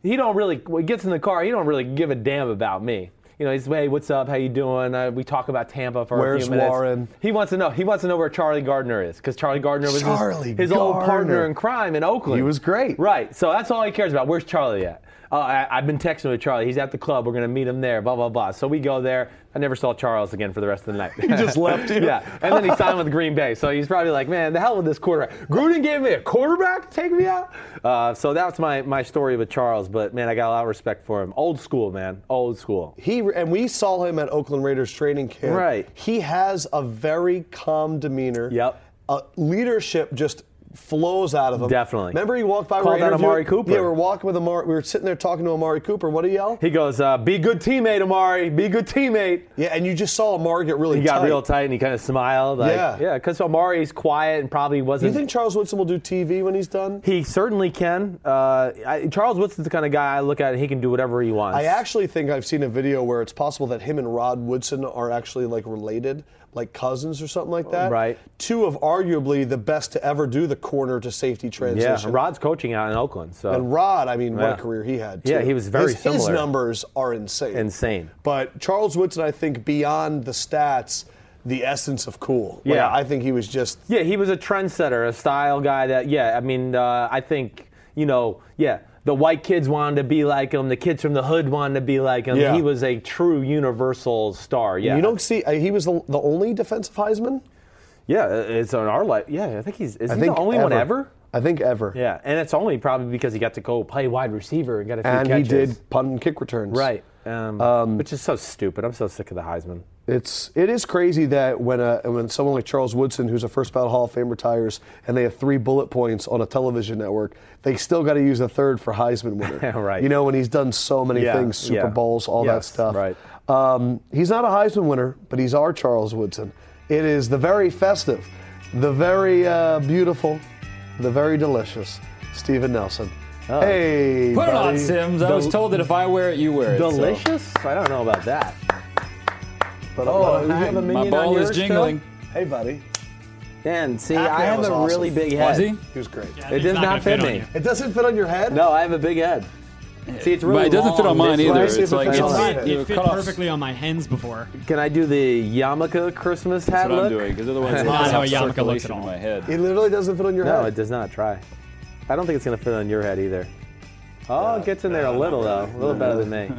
S3: He don't really. When he gets in the car, he don't really give a damn about me. You know, he's hey, what's up? How you doing? Uh, we talk about Tampa for a
S2: Where's
S3: few minutes.
S2: Warren?
S3: He wants to know. He wants to know where Charlie Gardner is because Charlie Gardner was his-
S2: Charlie
S3: his, old
S2: Gardner.
S3: partner in crime in Oakland.
S2: He was great.
S3: Right. So that's all he cares about. Where's Charlie at? oh, I, I've been texting with Charlie. He's at the club. We're going to meet him there, blah, blah, blah. So we go there. I never saw Charles again for the rest of the night. he
S2: just left you.
S3: yeah. And then he signed with Green Bay. So he's probably like, man, the hell with this quarterback. Gruden gave me a quarterback to take me out. Uh, so that's my, my story with Charles. But, man, I got a lot of respect for him. Old school, man. Old school.
S2: He and we saw him at Oakland Raiders training camp.
S3: Right.
S2: He has a very calm demeanor.
S3: Yep.
S2: Uh, leadership just flows out of him.
S3: Definitely.
S2: Remember, he walked by. we
S3: Called
S2: were
S3: out Amari
S2: interviewing-
S3: Cooper.
S2: Yeah, we were walking with Amari. We were sitting there talking to Amari Cooper. What do you yell?
S3: He goes, uh, be good teammate, Amari. Be good teammate.
S2: yeah, and you just saw Amari get really.
S3: He got
S2: tight.
S3: real tight and he kind of smiled. Like,
S2: Yeah.
S3: Yeah, because Amari's quiet and probably
S2: Do
S3: wasn't.
S2: you think Charles Woodson will do TV when he's done?
S3: he certainly can. Uh, I, Charles Woodson's the kind of guy I look at and he can do whatever he wants.
S2: I actually think I've seen a video where it's possible that him and Rod Woodson are actually like related, like cousins or something like that.
S3: Right.
S2: Two of arguably the best to ever do the corner to safety
S3: Yeah,
S2: transition.
S3: Rod's coaching out in Oakland, so
S2: And Rod, I mean,
S3: Yeah.
S2: what a career he had. Too.
S3: Yeah, he was very
S2: his, His
S3: similar.
S2: numbers are insane.
S3: insane.
S2: But Charles Woodson, I think, beyond the stats, the essence of cool. Like,
S3: Yeah.
S2: I think he was just.
S3: Yeah, he was a trendsetter, a style guy that, yeah, I mean, uh, I think, you know, yeah, the white kids wanted to be like him, the kids from the hood wanted to be like him.
S2: Yeah.
S3: He was a true universal star. Yeah.
S2: You don't see. uh, He was the, the only defensive Heisman.
S3: yeah, uh, it's on our life. Yeah, I think he's is he the only one ever.
S2: I think ever.
S3: Yeah, and it's only probably because he got to go play wide receiver and got a few
S2: And he
S3: catches.
S2: did punt and kick returns.
S3: Right. Um, which is so stupid. I'm so sick of the Heisman.
S2: It's it is crazy that when a, when someone like Charles Woodson, who's a first ballot Hall of Fame, retires, and they have three bullet points on a television network, they still got to use a third for Heisman winner.
S3: Right.
S2: You know when he's done so many
S3: Yeah,
S2: things, Super
S3: yeah.
S2: Bowls, all that
S3: Yes,
S2: stuff.
S3: right.
S2: Um, he's not a Heisman winner, but he's our Charles Woodson. It is the very festive, the very uh, beautiful, the very delicious Stephen Nelson.
S3: Oh.
S2: Hey,
S6: Put it on,
S2: buddy.
S6: Sims. I was told that if I wear it, you wear it. so-
S3: Delicious? I don't know about that.
S2: But,
S3: Oh,
S2: uh,
S3: you have a
S2: hey,
S3: minion
S6: My
S3: on
S6: ball is
S3: yours,
S6: jingling.
S3: Phil?
S2: hey, buddy.
S3: Dan, see,
S2: Pac-Man
S3: I have
S2: was
S3: a
S2: awesome.
S3: really big head.
S6: Was he?
S2: He was great.
S3: It does not fit me.
S2: It doesn't fit on your head.
S3: No, I have a big head. See, it's really
S6: But it doesn't fit on
S3: long
S6: mine
S3: this
S6: either.
S3: way.
S2: Let me see if
S6: It's
S2: it
S6: like
S2: fits
S6: it's
S2: on
S4: It
S2: mine.
S4: fit, it
S6: the
S4: fit
S6: cutoffs.
S4: perfectly on my hens before.
S3: Can I do the yarmulke Christmas hat
S6: That's what I'm
S3: look?
S6: doing, because otherwise it's
S4: not
S6: not
S4: how a
S6: how
S4: yarmulke looks at
S6: circulation
S4: all.
S6: in my head.
S2: It literally doesn't fit on your
S3: No,
S2: head.
S3: it does not. Try. I don't think it's gonna fit on your head either. Oh, it gets in there a little though, a little better than me.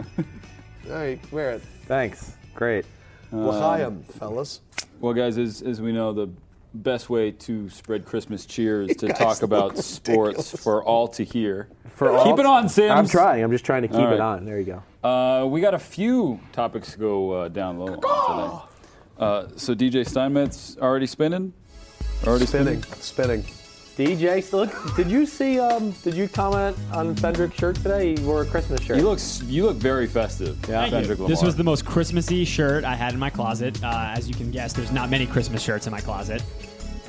S2: All right, wear it.
S3: Thanks. Great.
S2: L'chaim, fellas.
S6: Well, guys, as, as we know, the best way to spread Christmas cheer is to talk about sports for all to hear. For
S3: all
S6: keep it on, Sims.
S3: I'm trying. I'm just trying to keep
S6: All
S3: it
S6: right.
S3: on. There you go.
S6: Uh, we got a few topics to go uh, down low on today. Uh, so DJ Steinmetz already spinning. Already
S2: Spinning, spinning.
S3: DJ, so look, did you see? Um, did you comment on Fendrick's shirt today? He wore a Christmas shirt.
S6: You look s- you look very festive. Yeah,
S4: Thank you. This was the most Christmassy shirt I had in my closet. Uh, as you can guess, there's not many Christmas shirts in my closet,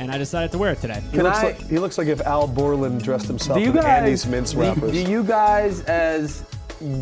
S4: and I decided to wear it today.
S2: He
S3: Can
S2: looks,
S3: I-
S2: like, he looks like if Al Borland dressed himself
S3: do you
S2: in
S3: guys?
S2: Andy's mince
S3: do-
S2: wrappers.
S3: Do, you guys, as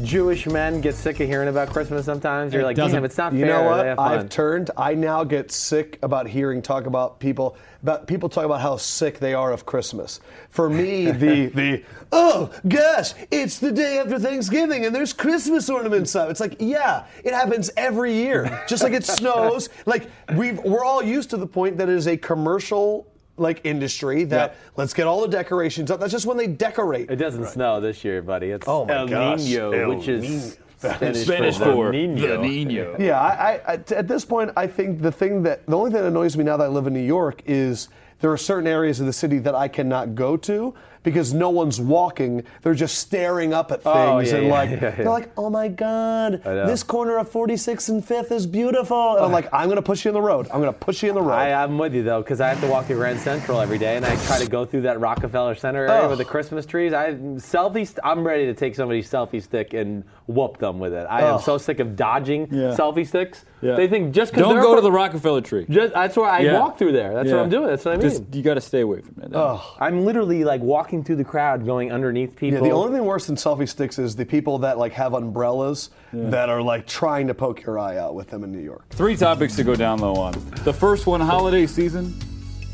S3: Jewish men, get sick of hearing about Christmas sometimes? You're
S4: It
S3: like,
S4: doesn't-
S3: damn, it's not
S2: You
S3: fair.
S2: know
S3: They
S2: what?
S3: have
S2: I've
S3: fun."
S2: turned. I now get sick about hearing talk about people about people talk about how sick they are of Christmas. For me, the the oh gosh, it's the day after Thanksgiving and there's Christmas ornaments up. It's like yeah, it happens every year. Just like it snows. Like we've we're all used to the point that it is a commercial. Like industry that let's get all the decorations up. That's just when they decorate.
S3: It doesn't snow this year, buddy. It's
S2: Oh my
S3: El
S2: gosh.
S3: Nino,
S2: El
S3: which is Spanish,
S6: Spanish
S3: for, the
S6: for
S3: Nino.
S6: the Nino.
S2: Yeah, I, I, I- t- at this point, I think the thing that the only thing that annoys me now that I live in New York is there are certain areas of the city that I cannot go to because no one's walking. They're just staring up at things
S3: Oh, yeah,
S2: and
S3: yeah,
S2: like
S3: yeah, yeah.
S2: they're like, "Oh my God,
S3: I know.
S2: this corner of 46th and 5th is beautiful," and I'm like, "I'm gonna push you in the road. I'm gonna push you in the road."
S3: I, I'm with you though, because I have to walk through Grand Central every day, and I try to go through that Rockefeller Center area
S2: Ugh.
S3: with the Christmas trees. I selfie. St- I'm ready to take somebody's selfie stick and whoop them with it. I am
S2: Ugh.
S3: so sick of dodging
S6: Yeah.
S3: selfie sticks.
S6: Yeah.
S3: They think just because
S6: Don't go to the Rockefeller tree.
S3: Just, that's where I
S6: Yeah.
S3: walk through there. That's what
S6: Yeah.
S3: I'm doing. That's what I mean.
S6: Just, you got to stay away from that.
S3: I'm literally like walking through the crowd, going underneath people.
S2: Yeah, the only thing worse than selfie sticks is the people that like have umbrellas that are like trying to poke your eye out with them in New York.
S6: Three topics to go down low on. The first one, holiday season,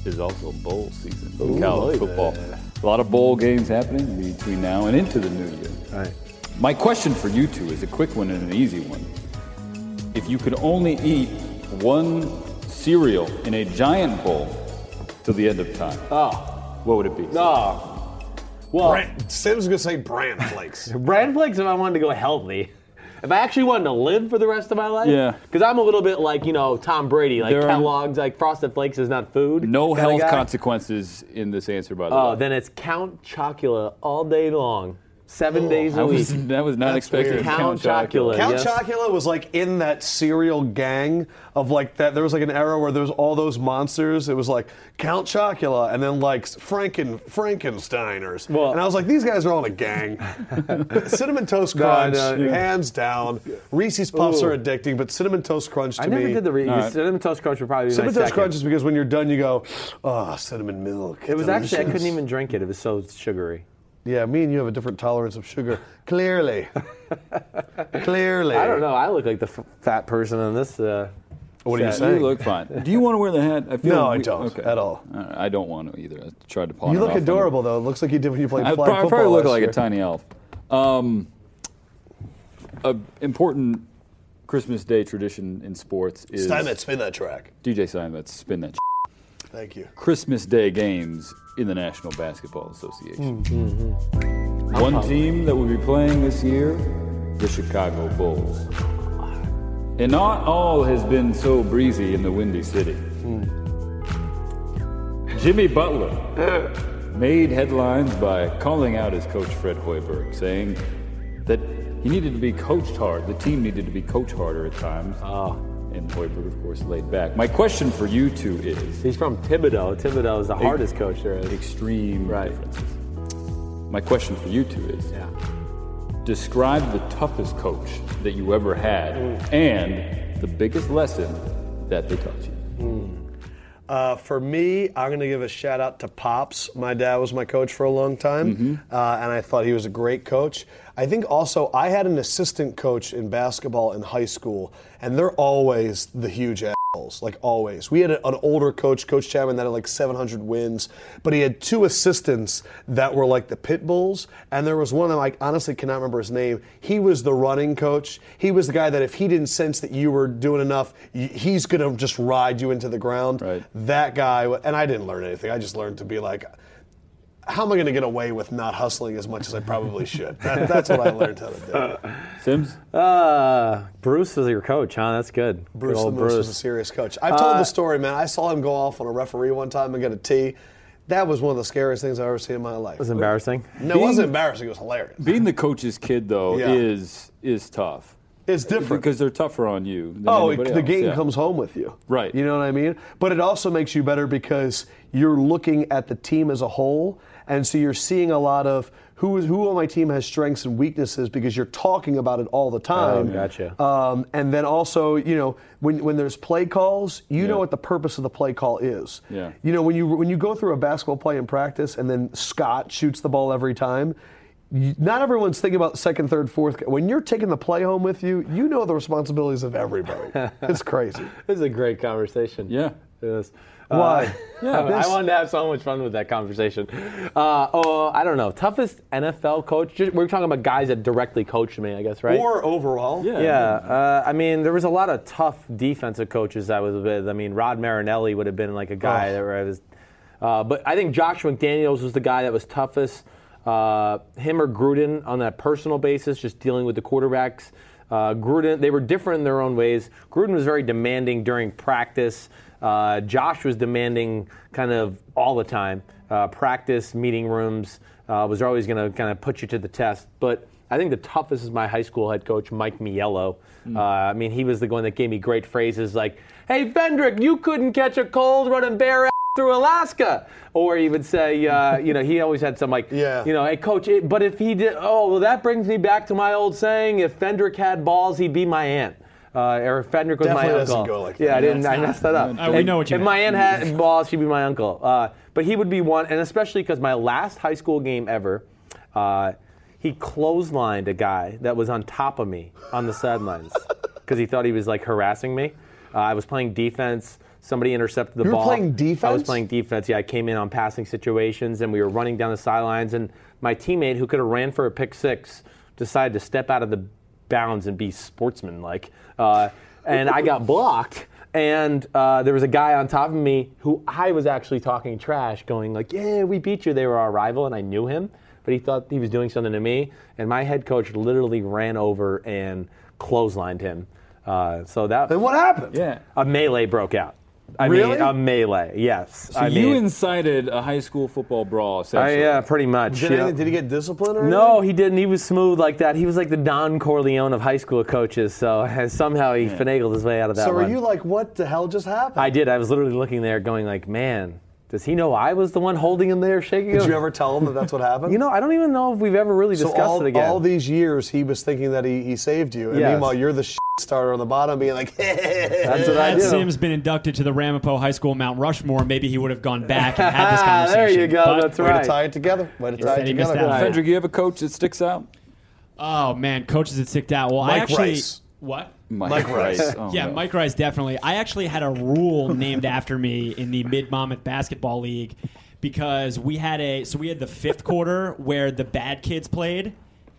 S6: is also bowl season in college football. A lot of bowl games happening between now and into the new year. My question for you two is a quick one and an easy one. If you could only eat one cereal in a giant bowl till the end of time,
S3: Oh,
S6: what would it be?
S3: oh. Well,
S2: Brand, Sim's gonna say bran flakes.
S3: Bran flakes if I wanted to go healthy. If I actually wanted to live for the rest of my life,
S6: Yeah.
S3: Because I'm a little bit like you know Tom Brady, like
S6: There are-
S3: Kellogg's, like Frosted Flakes is not food.
S6: No
S3: kinda
S6: health
S3: guy.
S6: consequences in this answer, by the
S3: Oh,
S6: way.
S3: then it's Count Chocula all day long,
S2: Oh,
S3: seven days a
S6: That
S3: week.
S6: was, that was not expected.
S3: weird. Count Chocula.
S2: Count
S3: Yes.
S2: Chocula was like in that serial gang of like that. There was like an era where there was all those monsters. It was like Count Chocula and then like Franken Frankensteiners.
S3: Well-
S2: and I was like, these guys are all in a gang. cinnamon Toast
S3: No,
S2: Crunch,
S3: no, yeah.
S2: hands down. Reese's Puffs
S3: Ooh.
S2: are addicting, but Cinnamon Toast Crunch to
S3: I never
S2: me.
S3: did the re-
S6: All right.
S3: cinnamon toast crunch would probably be
S2: Cinnamon
S3: my
S2: Toast
S3: second.
S2: Crunch is because when you're done, you go, oh, cinnamon milk.
S3: It was actually I
S2: delicious."
S3: couldn't even drink it. It was so sugary.
S2: Yeah, me and you have a different tolerance of sugar. Clearly. Clearly.
S3: I don't know. I look like the f- fat person in this. Uh,
S2: What are you
S3: set.
S2: saying?
S6: You look fine. Do you want to wear the hat? I feel
S2: No, I
S6: we-
S2: don't
S6: okay.
S2: at all.
S6: Uh, I don't want to either. I tried to pawn
S2: You
S6: it
S2: look
S6: off on
S2: adorable, though. It looks like you did when you played
S6: I
S2: flag
S6: prob- probably,
S2: football.
S6: look
S2: last
S6: like
S2: year.
S6: a tiny elf. Um, a important Christmas Day tradition in sports is
S2: Steinmetz, spin that track.
S6: DJ Steinmetz spin that
S2: Thank you.
S6: Christmas Day games in the National Basketball Association. One team that will be playing this year, the Chicago Bulls. And not all has been so breezy in the Windy City. Jimmy Butler made headlines by calling out his coach Fred Hoiberg, saying that he needed to be coached hard. The team needed to be coached harder at times. And Hoiberg, of course, laid back. My question for you two is
S3: He's from Thibodeau. Thibodeau is the hardest coach there is.
S6: extreme
S3: Right.
S6: differences. My question for you two is
S3: Yeah.
S6: describe the toughest coach that you ever had
S2: Mm.
S6: and the biggest lesson that they taught you.
S2: Uh, for me, I'm going to give a shout out to Pops. My dad was my coach for a long time,
S6: Mm-hmm.
S2: uh, and I thought he was a great coach. I think also I had an assistant coach in basketball in high school, and they're always the huge assholes, like always. We had a- an older coach, Coach Chapman, that had like 700 wins, but he had two assistants that were like the pit bulls, and there was one that I honestly cannot remember his name. He was the running coach. He was the guy that if he didn't sense that you were doing enough, y- he's going to just ride you into the ground
S6: Right.
S2: that guy and i didn't learn anything i just learned to be like how am i going to get away with not hustling as much as i probably should that, that's what i learned how to do
S6: Sims?
S3: Uh, Bruce was your coach, huh? That's good. Good
S2: bruce the
S3: old
S2: moose was a serious coach i've told
S6: Uh,
S2: the story man i saw him go off on a referee one time and get a tee that was one of the scariest things i've ever seen in my life
S3: It's embarrassing.
S2: no it wasn't embarrassing it was hilarious
S6: Being the coach's kid though
S2: Yeah.
S6: is is tough.
S2: it's different
S6: Because they're tougher on you. Than
S2: Oh, it,
S6: anybody
S2: the
S6: else,
S2: game
S6: yeah.
S2: comes home with you.
S6: Right.
S2: You know what I mean? But it also makes you better because you're looking at the team as a whole, and so you're seeing a lot of who is who on my team has strengths and weaknesses because you're talking about it
S6: Oh,
S2: all the time.
S3: gotcha.
S2: Um, and then also, you know, when when there's play calls, you know what the purpose of the play call is.
S6: Yeah.
S2: You know, when you when you go through a basketball play in practice, and then Scott shoots the ball every time. you- Not everyone's thinking about second, third, fourth. When you're taking the play home with you, you know the responsibilities of everybody. it's crazy.
S3: This is a great conversation.
S6: Yeah.
S3: It is.
S2: Why?
S3: Uh, yeah,
S2: this-
S3: I wanted to have so much fun with that conversation. Uh, oh, I don't know. Toughest NFL coach? Just, we're talking about guys that directly coached me, I guess, right?
S2: overall.
S6: Yeah.
S3: yeah, uh, I mean, there was a lot of tough defensive coaches I was with. I mean, Rod Marinelli would have been like a guy
S2: Oh.
S3: that where I was, uh, but I think Josh McDaniels was the guy that was toughest. Uh, him or Gruden on that personal basis, just dealing with the quarterbacks. Uh, Gruden, they were different in their own ways. Gruden was very demanding during practice. Uh, Josh was demanding kind of all the time. Uh, practice, meeting rooms, uh, was always going to kind of put you to the test. But I think the toughest is my high school head coach, Mike Miello. Uh, I mean, he was the one that gave me great phrases like, hey, Vendrick, you couldn't catch a cold running bare ass through Alaska. Or he would say, uh, you know, he always had some like,
S2: Yeah.
S3: you know, hey, coach, it, but if he did, oh, well, that brings me back to my old saying, if Vendrick had balls, he'd be my aunt. Uh, or if Fendrick was my
S2: Definitely
S3: uncle.
S2: doesn't go like that.
S3: Yeah, I
S2: No,
S3: didn't.
S2: it's
S3: I
S2: not. Mm.
S3: messed that up.
S4: Uh, we
S3: If-
S4: know what you
S3: If
S4: meant.
S3: my aunt had balls, she'd be my uncle. Uh, but he would be one, and especially because my last high school game ever, uh, he clotheslined a guy that was on top of me on the sidelines because he thought he was like harassing me. Uh, I was playing defense. Somebody intercepted the
S2: You were
S3: ball.
S2: playing
S3: I was
S2: defense?
S3: playing defense. Yeah, I came in on passing situations, and we were running down the sidelines. And my teammate, who could have ran for a pick six, decided to step out of the bounds and be sportsmanlike. Uh, and I got blocked. And uh, there was a guy on top of me who I was actually talking trash, going like, "Yeah, we beat you. They were our rival," and I knew him. but he thought he was doing something to me, and my head coach literally ran over and clotheslined him. Uh, so that
S2: And what happened?
S6: Yeah.
S3: a melee broke out. I
S6: Really?
S3: mean, a melee. Yes.
S6: So
S3: I
S6: you
S3: mean,
S6: incited a high school football brawl,
S3: I,
S6: essentially.
S3: yeah, pretty much.
S2: Did,
S3: yeah.
S2: anything- did he get disciplined or
S3: No,
S2: anything?
S3: he didn't. He was smooth like that. He was like the Don Corleone of high school coaches. So and somehow he finagled his way out of that
S2: So
S3: one.
S2: are you like, what the hell just happened?
S3: I did. I was literally looking there, going like, "Man, does he know I was the one holding him there, shaking
S2: did
S3: him?"
S2: you ever tell him that that's what happened?
S3: You know, I don't even know if we've ever really
S2: so
S3: discussed
S2: all,
S3: it again.
S2: all these years he was thinking that he, he saved you, and
S3: Yes.
S2: meanwhile you're the shit starter on the bottom, being like,
S3: That's what I
S4: Had
S3: do.
S4: Sims been inducted to the Ramapo High School Mount Rushmore, maybe he would have gone back and had this
S3: Ah,
S4: conversation.
S3: there you go.
S4: But-
S3: That's
S2: Way to tie
S3: right.
S2: it together. Way to tie
S4: said
S2: it
S4: he missed
S2: together.
S4: out.
S6: Frederick, you have a coach that sticks out?
S4: oh man, coaches that sticked out. Well, I
S2: Mike
S4: actually
S2: Rice.
S4: what?
S6: Mike Rice. Oh,
S4: yeah,
S6: no.
S4: Mike Rice definitely. I actually had a rule named after me in the Mid Monmouth Basketball League because we had a so we had the fifth quarter where the bad kids played.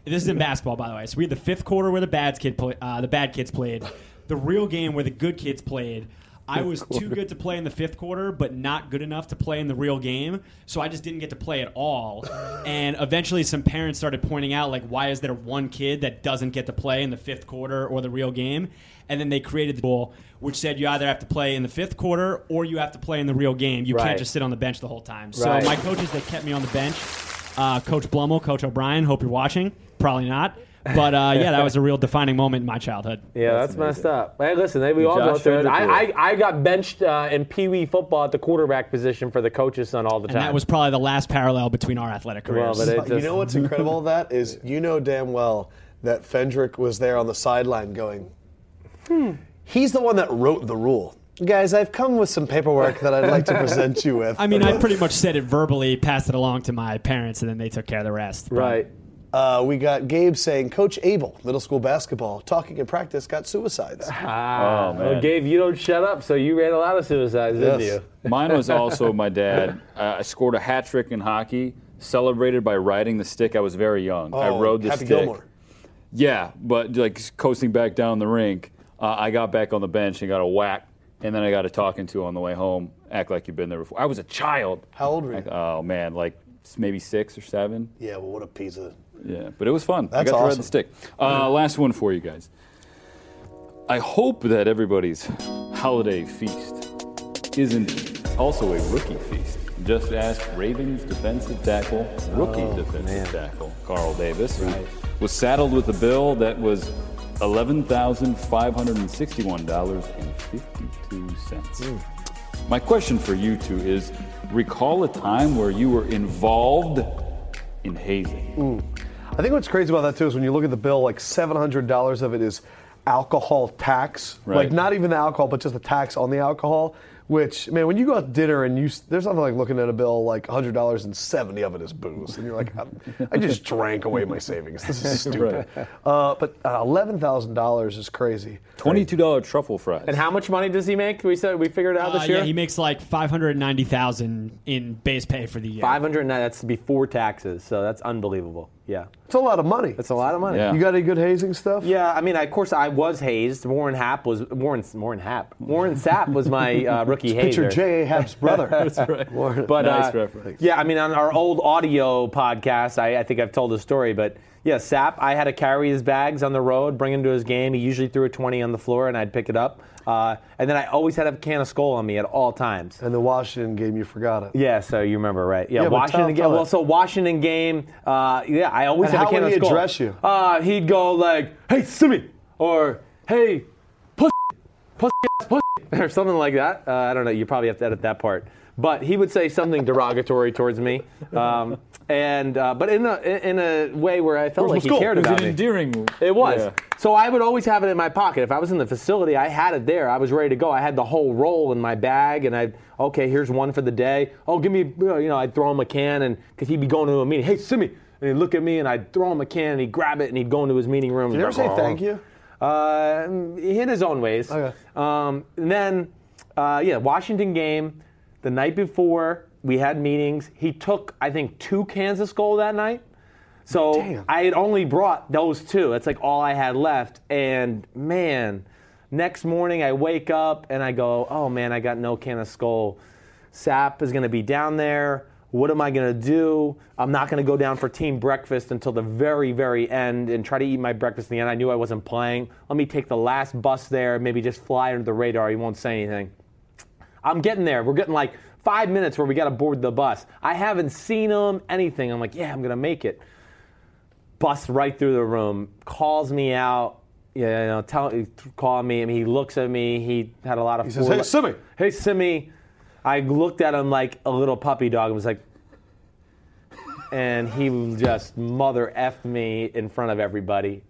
S4: This is in basketball, by the way. So we had the fifth quarter where the bad kid play, uh, the bad kids played, the real game where the good kids played. I was too good to play in the fifth quarter, but not good enough to play in the real game, so I just didn't get to play at all. And eventually, some parents started pointing out, like, why is there one kid that doesn't get to play in the fifth quarter or the real game? And then they created the rule, which said you either have to play in the fifth quarter or you have to play in the real game. You
S3: Right.
S4: can't just sit on the bench the whole time. So
S3: Right.
S4: my coaches that kept me on the bench, uh, Coach Blummel, Coach O'Brien. Hope you're watching. Probably not. But uh, yeah, that was a real defining moment in my childhood.
S3: Yeah, that's, messed up. Hey, listen, they, we all
S6: Josh
S3: go through it. I, I,
S6: Frederick.
S3: I got benched uh, in Pee Wee football at the quarterback position for the coach's son all the time.
S4: And that was probably the last parallel between our athletic
S3: well,
S4: careers.
S3: but it
S2: you
S3: just-
S2: know what's incredible of that is you know damn well that Fendrick was there on the sideline going, hmm. he's the one that wrote the rule. Guys, I've come with some paperwork that I'd like to present you with.
S4: I mean, I pretty much said it verbally, passed it along to my parents, and then they took care of the rest. But-
S3: right.
S2: Uh, we got Gabe saying, Coach Abel, middle school basketball, talking in practice, got suicides.
S3: Ah,
S6: Oh, man.
S3: well, Gabe, you don't shut up, so you ran a lot of suicides, didn't
S2: Yes.
S3: you?
S6: Mine was also my dad. Uh, I scored a hat trick in hockey, celebrated by riding the stick. I was very young. I
S2: Oh,
S6: rode the
S2: Happy
S6: stick.
S2: Gilmore.
S6: Yeah, but like coasting back down the rink, uh, I got back on the bench and got a whack, and then I got a talking to on the way home. Act like you've been there before. I was a child.
S2: How old were you?
S6: Like, oh man, like s- maybe six or seven.
S2: yeah, well, what a piece of.
S6: Yeah, but it was fun. I
S2: That's
S6: got to ride
S2: awesome.
S6: the stick. Uh, last one for you guys. I hope that everybody's holiday feast isn't also a rookie feast. Just ask Ravens defensive tackle, rookie
S2: Oh,
S6: defensive tackle, Carl Davis, who was saddled with a bill that was
S2: Mm.
S6: $11,561.52. My question for you two is recall a time where you were involved in hazing.
S2: I think what's crazy about that too is when you look at the bill, like seven hundred dollars of it is alcohol tax.
S6: Right.
S2: Like not even the alcohol, but just the tax on the alcohol. Which man, when you go out to dinner and you s- there's nothing like looking at a bill like hundred dollars and seventy of it is booze, and you're like, I, I just drank away my savings. This is stupid. uh, but uh, eleven thousand dollars is crazy.
S6: Twenty-two dollar truffle fries.
S3: And how much money does he make? We said we figured it out
S4: Uh,
S3: this year.
S4: yeah, he makes like five hundred ninety thousand in base pay for the year.
S3: Five hundred nine. That's before taxes, so that's unbelievable. Yeah,
S2: It's a lot of money.
S3: that's a lot of money.
S6: Yeah.
S2: You got any good hazing stuff?
S3: Yeah, I mean, I- of course, I was hazed. Warren Happ was Warren. Warren Happ. Warren Sapp was my uh, rookie hazer.
S2: Picture J. A. Happ's brother. That's right.
S3: But
S6: Nice
S3: uh,
S6: reference.
S3: yeah, I mean, on our old audio podcast, I, I think I've told the story, but yeah, Sapp, I had to carry his bags on the road, bring him to his game. He usually threw a twenty on the floor, and I'd pick it up. Uh, and then I always had a can of Skull on me at all times.
S2: and the Washington game, you forgot it.
S3: Yeah, so you remember, right? Yeah,
S2: Yeah, but
S3: Washington
S2: tell-
S3: game.
S2: tell
S3: Well,
S2: it.
S3: so Washington game. Uh, yeah, I always
S2: And
S3: had
S2: how
S3: a can
S2: would
S3: of
S2: he
S3: skull.
S2: address you?
S3: Uh, he'd go like, "Hey, Simi," or "Hey, pussy, pussy, ass pussy," or something like that. Uh, I don't know. You probably have to edit that part. But he would say something derogatory towards me, um, and uh, but in a in a way where I felt
S2: Where's my
S3: like he
S2: skull?
S6: It
S3: cared
S6: was
S3: about
S6: an
S3: me.
S6: endearing.
S3: It was.
S6: Yeah.
S3: So I would always have it in my pocket. If I was in the facility, I had it there. I was ready to go. I had the whole roll in my bag, and I okay, here's one for the day. Oh, give me, you know, I'd throw him a can, and because he'd be going to a meeting. Hey, Simi, and he'd look at me, and I'd throw him a can, and he'd grab it, and he'd go into his meeting room.
S2: Did you ever say thank you?
S3: Uh, in his own ways.
S2: Okay.
S3: Um, and then, uh, yeah, Washington game. The night before, we had meetings. He took, I think, two cans of Skull that night. So
S2: Damn.
S3: I had only brought those two. That's like all I had left. And man, next morning I wake up and I go, oh man, I got no can of skull. Sap is going to be down there. What am I going to do? I'm not going to go down for team breakfast until the very, very end and try to eat my breakfast in the end. I knew I wasn't playing. Let me take the last bus there, maybe just fly under the radar. He won't say anything. I'm getting there. We're getting like five minutes where we got to board the bus. I haven't seen him, anything. I'm like, yeah, I'm going to make it. Bust right through the room, calls me out. Yeah, you know, tell, call me. I mean, he looks at me. He had a lot of. He
S2: says, "Hey, Simi."
S3: Hey, Simi. I looked at him like a little puppy dog and was like, and he just mother effed me in front of everybody,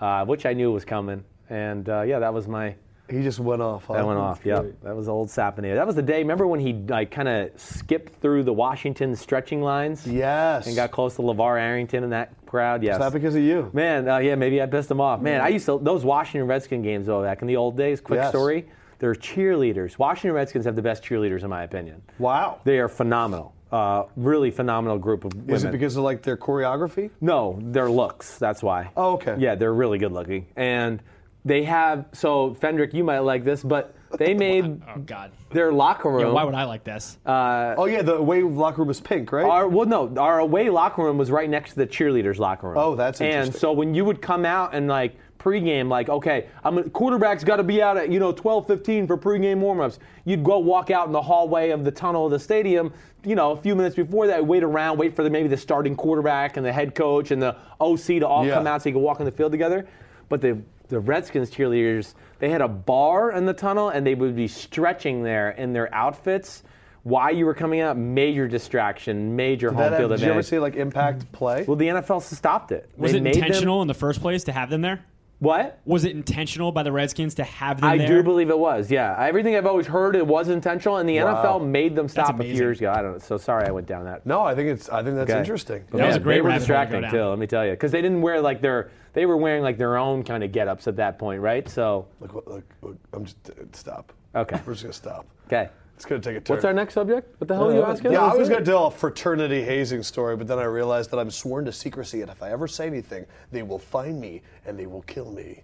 S3: uh, which I knew was coming. And uh, yeah, that was my
S2: He just went off. huh?
S3: that went off. Yeah, that was old Sapania. That was the day. Remember when he like kind of skipped through the Washington stretching lines?
S2: Yes.
S3: And got close to LeVar Arrington and that crowd. Yes.
S2: Is that because of you?
S3: Man, uh, yeah, maybe I pissed him off. Man, I used to those Washington Redskin games though back in the old days. Quick
S2: Mm-hmm. Yes.
S3: story: they're cheerleaders. Washington Redskins have the best cheerleaders in my opinion.
S2: Wow.
S3: They are phenomenal. Uh, really phenomenal group of women.
S2: Is it because of like their choreography?
S3: No, their looks. That's why.
S2: Oh, okay.
S3: Yeah, they're really good looking, and they have. So Fendrick, you might like this, but they made
S4: Oh God.
S3: their locker room.
S4: Yeah, why would I like this?
S2: oh yeah, the way locker room is pink, right?
S3: Our, well, no, our away locker room was right next to the cheerleaders' locker room.
S2: Oh, that's
S3: And
S2: interesting.
S3: so when you would come out and like pregame, like okay, I'm quarterback's got to be out at you know 12:15 for pregame warmups. You'd go walk out in the hallway of the tunnel of the stadium. You know, a few minutes before that, wait around, wait for the, maybe the starting quarterback and the head coach and the OC to all
S2: Yeah.
S3: come out so you could walk on the field together. But the the Redskins cheerleaders, they had a bar in the tunnel and they would be stretching there in their outfits. Why you were coming out, major distraction, major
S2: That
S3: home
S2: have-
S3: field
S2: did you ever
S3: advantage.
S2: see like impact play?
S3: well, the NFL stopped it.
S4: Was
S3: They
S4: it
S3: made them-
S4: intentional in the first place to have them there?
S3: What?
S4: Was it intentional by the Redskins to have them
S3: I
S4: there?
S3: do believe it was. Yeah, everything I've always heard, it was intentional, and the NFL made them stop a few
S4: amazing.
S3: years ago. I don't know. So sorry, I went down that.
S2: no, I think it's. I think that's
S3: Okay.
S2: interesting.
S4: That was
S3: Yeah,
S4: a great
S3: They were
S4: rabbit hole to go
S3: distracting
S4: down.
S3: too. Let me tell you, because they didn't wear like their. They were wearing like their own kind of get-ups at that point, right? So
S2: Look, look, look, look, I'm just uh, stop.
S3: Okay.
S2: We're just gonna stop.
S3: okay.
S2: It's gonna take a turn.
S3: What's our next subject? What the hell are you
S2: Uh,
S3: asking?
S2: Yeah, I was going to tell a fraternity hazing story, but then I realized that I'm sworn to secrecy, and if I ever say anything, they will find me and they will kill me.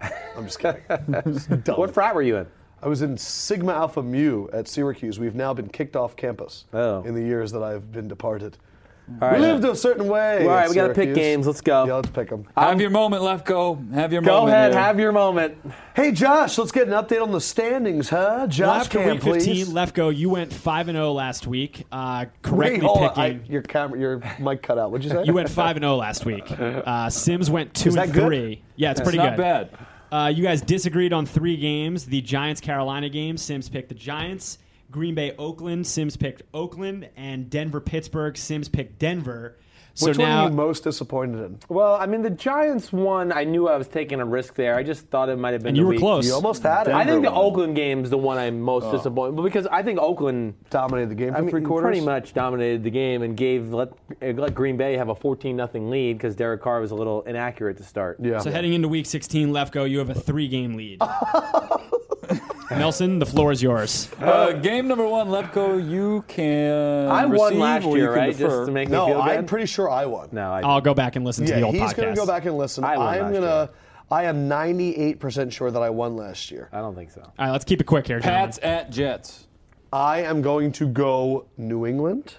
S2: I'm just kidding. Just dumb.
S3: What frat were you in?
S2: I was in Sigma Alpha Mu at Syracuse. We've now been kicked off campus
S3: Oh.
S2: in the years that I've been departed.
S3: All
S2: we lived a certain way.
S3: All right,
S2: at
S3: we gotta pick
S2: Syracuse.
S3: games. Let's go.
S2: Yeah, let's pick them.
S6: Have your moment, Lefko. Have your
S3: Go
S6: moment.
S3: ahead,
S6: here.
S3: have your moment.
S2: Hey, Josh, let's get an update on the standings, huh? Josh,
S4: After
S2: can
S4: week 15,
S2: please.
S4: Lefko, you went 5 and 0 last week, uh,
S2: Wait,
S4: correctly
S2: hold on.
S4: picking.
S2: I- your camera, your mic cut out. What'd you say?
S4: you went 5 and 0 last week. Uh, Sims went 2
S2: that
S4: and
S2: good?
S4: 3. Yeah, it's pretty
S6: Not
S4: good.
S6: bad.
S4: Uh, you guys disagreed on three games the Giants Carolina game. Sims picked the Giants. Green Bay Oakland. Sims picked Oakland. And Denver Pittsburgh. Sims picked Denver. So
S2: Which one
S4: now.
S2: are you most disappointed in?
S3: Well, I mean, the Giants won. I knew I was taking a risk there. I just thought it might have been.
S4: and
S3: the
S4: you were
S3: week.
S4: close.
S2: You almost had it.
S3: I think the
S6: won.
S3: Oakland game's the one I'm most
S2: Oh.
S3: disappointed, but because I think Oakland,
S2: dominated the game for
S3: I mean,
S2: three quarters.
S3: pretty much dominated the game and gave let, let Green Bay have a 14 nothing lead because Derek Carr was a little inaccurate to start.
S2: Yeah.
S4: So heading into week 16, Lefko, you have a three game lead. Nelson, the floor is yours.
S6: Uh, game number one, Lefko, you can.
S3: Oh. I won
S6: receive
S3: last
S6: or you
S3: year,
S6: can
S3: right?
S6: defer.
S3: Just to make me
S2: no,
S3: feel
S2: I'm
S3: bad?
S2: pretty sure I won.
S3: no,
S6: Oh.
S3: I,
S4: I'll go back and listen to the
S2: Yeah,
S4: old
S2: he's
S4: podcast.
S2: going to go back and listen.
S3: I won
S2: I'm
S3: last
S2: gonna.
S3: year.
S2: I am 98% sure that I won last year.
S3: I don't think so.
S4: All right, let's keep it quick here, gentlemen.
S6: Pats at Jets.
S2: I am going to go New England.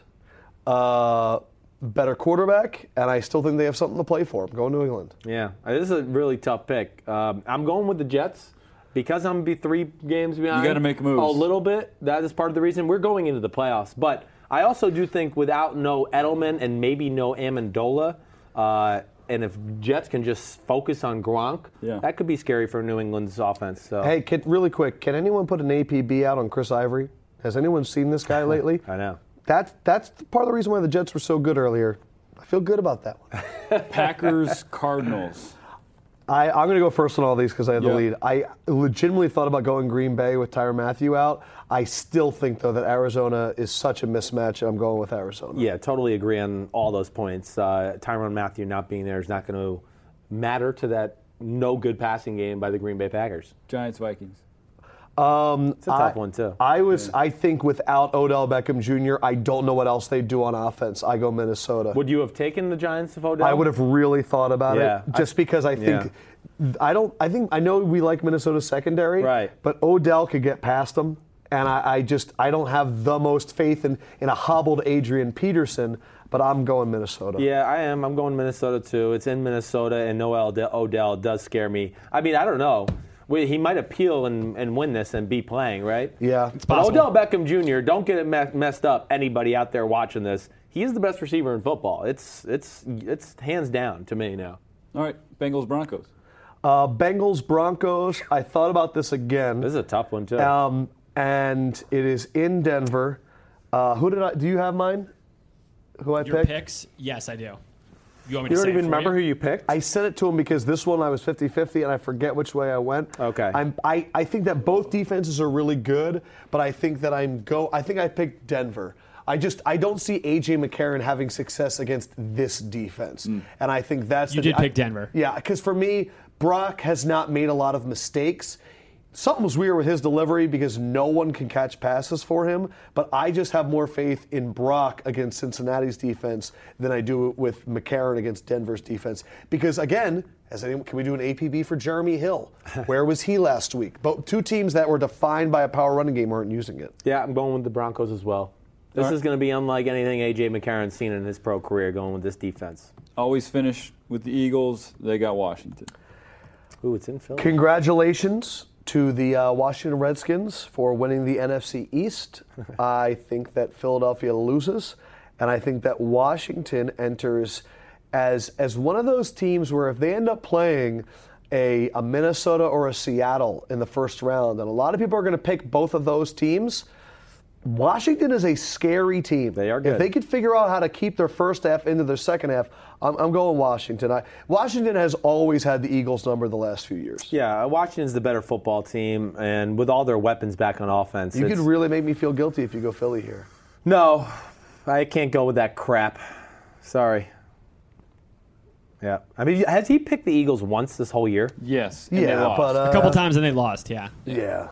S2: Uh, better quarterback, and I still think they have something to play for. I'm going New England.
S3: Yeah, Uh, this is a really tough pick. Um, I'm going with the Jets because I'm gonna be three games behind.
S6: gotta make moves.
S3: a little bit. That is part of the reason we're going into the playoffs. But I also do think without no Edelman and maybe no Amendola, uh, and if Jets can just focus on Gronk,
S6: Yeah.
S3: that could be scary for New England's offense. So
S2: Hey, can, really quick, can anyone put an APB out on Chris Ivory? Has anyone seen this guy lately?
S3: I know.
S2: That's that's part of the reason why the Jets were so good earlier. I feel good about that one.
S6: Packers, Cardinals.
S2: I, I'm going to go first on all these because I had the
S6: Yeah.
S2: lead. I legitimately thought about going Green Bay with Tyra Matthew out. I still think, though, that Arizona is such a mismatch, and I'm going with Arizona.
S3: Yeah, totally agree on all those points. Uh, Tyron Matthew not being there is not going to matter to that no good passing game by the Green Bay Packers.
S6: Giants, Vikings.
S3: It's a tough one too.
S2: I was, I think, without Odell Beckham Jr., I don't know what else they do on offense. I go Minnesota.
S3: Would you have taken the Giants if Odell?
S2: I would have really thought about
S3: Yeah.
S2: it just because I think I don't. I think I know we like Minnesota secondary,
S3: Right.
S2: But Odell could get past them, and I, I just I don't have the most faith in in a hobbled Adrian Peterson. But I'm going Minnesota.
S3: Yeah, I am. I'm going Minnesota too. It's in Minnesota, and Noel De- Odell does scare me. I mean, I don't know. We, he might appeal and, and win this and be playing, right?
S2: Yeah.
S3: But
S4: possible.
S3: Odell Beckham Jr. Don't get it me- messed up. Anybody out there watching this? He is the best receiver in football. It's it's it's hands down to me now.
S6: All right, Bengals Broncos.
S2: Uh, Bengals Broncos. I thought about this again.
S3: This is a tough one too.
S2: Um, and it is in Denver. Uh, who did I? Do you have mine? Who I
S4: Your
S2: picked?
S4: picks? Yes, I do. You
S3: you
S4: want me to
S3: don't
S4: say
S3: even
S4: it for
S3: remember
S4: you?
S3: who you picked.
S2: I sent it to him because this one I was 50-50 and I forget which way I went.
S3: Okay.
S2: I'm, I I think that both defenses are really good, but I think that I'm go. I think I picked Denver. I just I don't see AJ McCarron having success against this defense, and I think that's
S4: You
S2: the-
S4: did
S2: I-
S4: pick Denver.
S2: Yeah, because for me, Brock has not made a lot of mistakes. Something was weird with his delivery because no one can catch passes for him, but I just have more faith in Brock against Cincinnati's defense than I do with McCarron against Denver's defense. Because again, as anyone, can we do an APB for Jeremy Hill? Where was he last week? Both two teams that were defined by a power running game aren't using it.
S3: yeah, I'm going with the Broncos as well. This is going to be unlike anything AJ McCarron's seen in his pro career. Going with this defense.
S6: Always finish with the Eagles. They got Washington.
S3: Ooh, it's in Philly.
S2: Congratulations to the uh, Washington Redskins for winning the NFC East. I think that Philadelphia loses, and I think that Washington enters as as one of those teams where if they end up playing a, a Minnesota or a Seattle in the first round, and a lot of people are going to pick both of those teams. Washington is a scary team.
S3: They are
S2: If
S3: good.
S2: they could figure out how to keep their first half into their second half, I'm, I'm going Washington. I, Washington has always had the Eagles number the last few years.
S3: Yeah, Washington's the better football team, and with all their weapons back on offense,
S2: You
S3: it's-
S2: could really make me feel guilty if you go Philly here.
S3: No, I can't go with that crap. Sorry. Yeah. I mean, has he picked the Eagles once this whole year?
S6: Yes.
S2: Yeah, but uh,
S4: A couple times and they lost, yeah.
S2: yeah.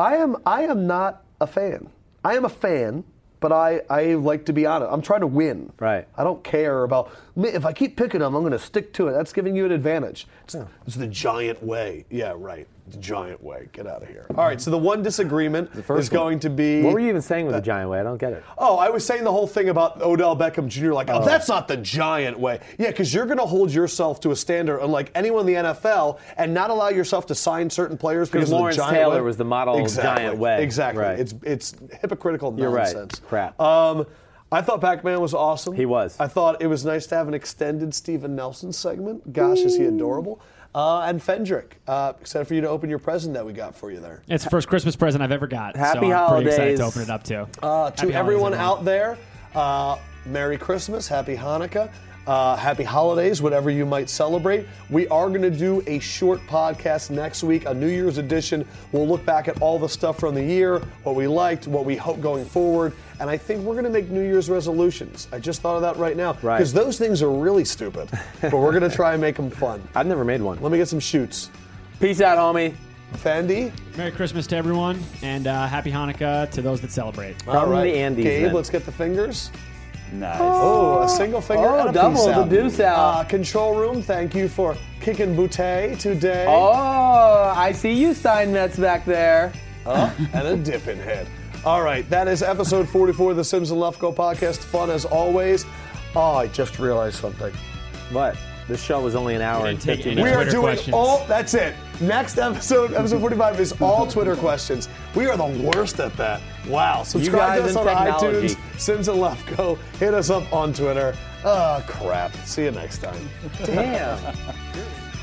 S2: I am I am not a fan. I am a fan, but I, I like to be honest. I'm trying to win.
S3: Right.
S2: I don't care about "Man, if I keep picking them, I'm going to stick to it. That's giving you an advantage. It's, it's the giant way. Yeah, right. The giant way. Get out of here. All right. So the one disagreement is
S3: one.
S2: going to be.
S3: What were you even saying with the Giant Way? I don't get it.
S2: Oh, I was saying the whole thing about Odell Beckham Jr. Like, oh, that's not the giant way. Yeah, because you're going to hold yourself to a standard unlike anyone in the NFL and not allow yourself to sign certain players because of
S3: Lawrence
S2: the giant
S3: Taylor
S2: way.
S3: was the model
S2: exactly.
S3: giant way.
S2: Exactly.
S3: Right.
S2: It's it's hypocritical
S3: You're right.
S2: nonsense.
S3: Crap.
S2: Um, I thought Pac-Man was awesome.
S3: He was.
S2: I thought it was nice to have an extended Steven Nelson segment. Gosh, is he
S3: Mm.
S2: adorable? Uh, and Fendrick, uh, excited for you to open your present that we got for you there.
S4: It's the first Christmas present I've ever got. so
S3: Happy
S4: I'm pretty
S3: holidays.
S4: excited to open it up too.
S2: Uh, to
S4: Happy holidays,
S2: everyone out there, uh, Merry Christmas, Happy Hanukkah, uh, Happy Holidays, whatever you might celebrate. We are going to do a short podcast next week, a New Year's edition. We'll look back at all the stuff from the year, what we liked, what we hope going forward, and I think we're going to make New Year's resolutions. I just thought of that right now
S3: Right.
S2: because those things are really stupid, but we're going to try and make them fun.
S3: I've never made one.
S2: Let me get some shoots.
S3: Peace out, homie.
S2: Fendi,
S4: Merry Christmas to everyone and uh, happy Hanukkah to those that celebrate.
S2: all right.
S3: the Andes,
S2: Gabe,
S3: then.
S2: let's get the fingers.
S6: Nice.
S2: Oh, a single finger
S3: Oh,
S2: and a
S3: double
S2: peace
S3: the
S2: out.
S3: deuce out.
S2: Uh, control room, thank you for kicking bootay today.
S3: Oh, I see you, Steinmetz, back there.
S2: Huh? Uh, and a dipping head. All right, that is episode 44 of the Sims and Lefko podcast. Fun as always. Oh, I just realized something.
S3: But this show was only an hour and
S4: didn't take
S3: 15
S4: any
S2: we
S3: minutes.
S2: are
S4: Twitter
S2: doing
S4: questions.
S2: all. That's it. Next episode, episode 45, is all Twitter questions. We are the worst at that. Wow. Subscribe to
S3: guys
S2: us on
S3: and technology.
S2: iTunes, Sims and Lefko. Hit us up on Twitter. Ah, crap. See you next time.
S3: Damn.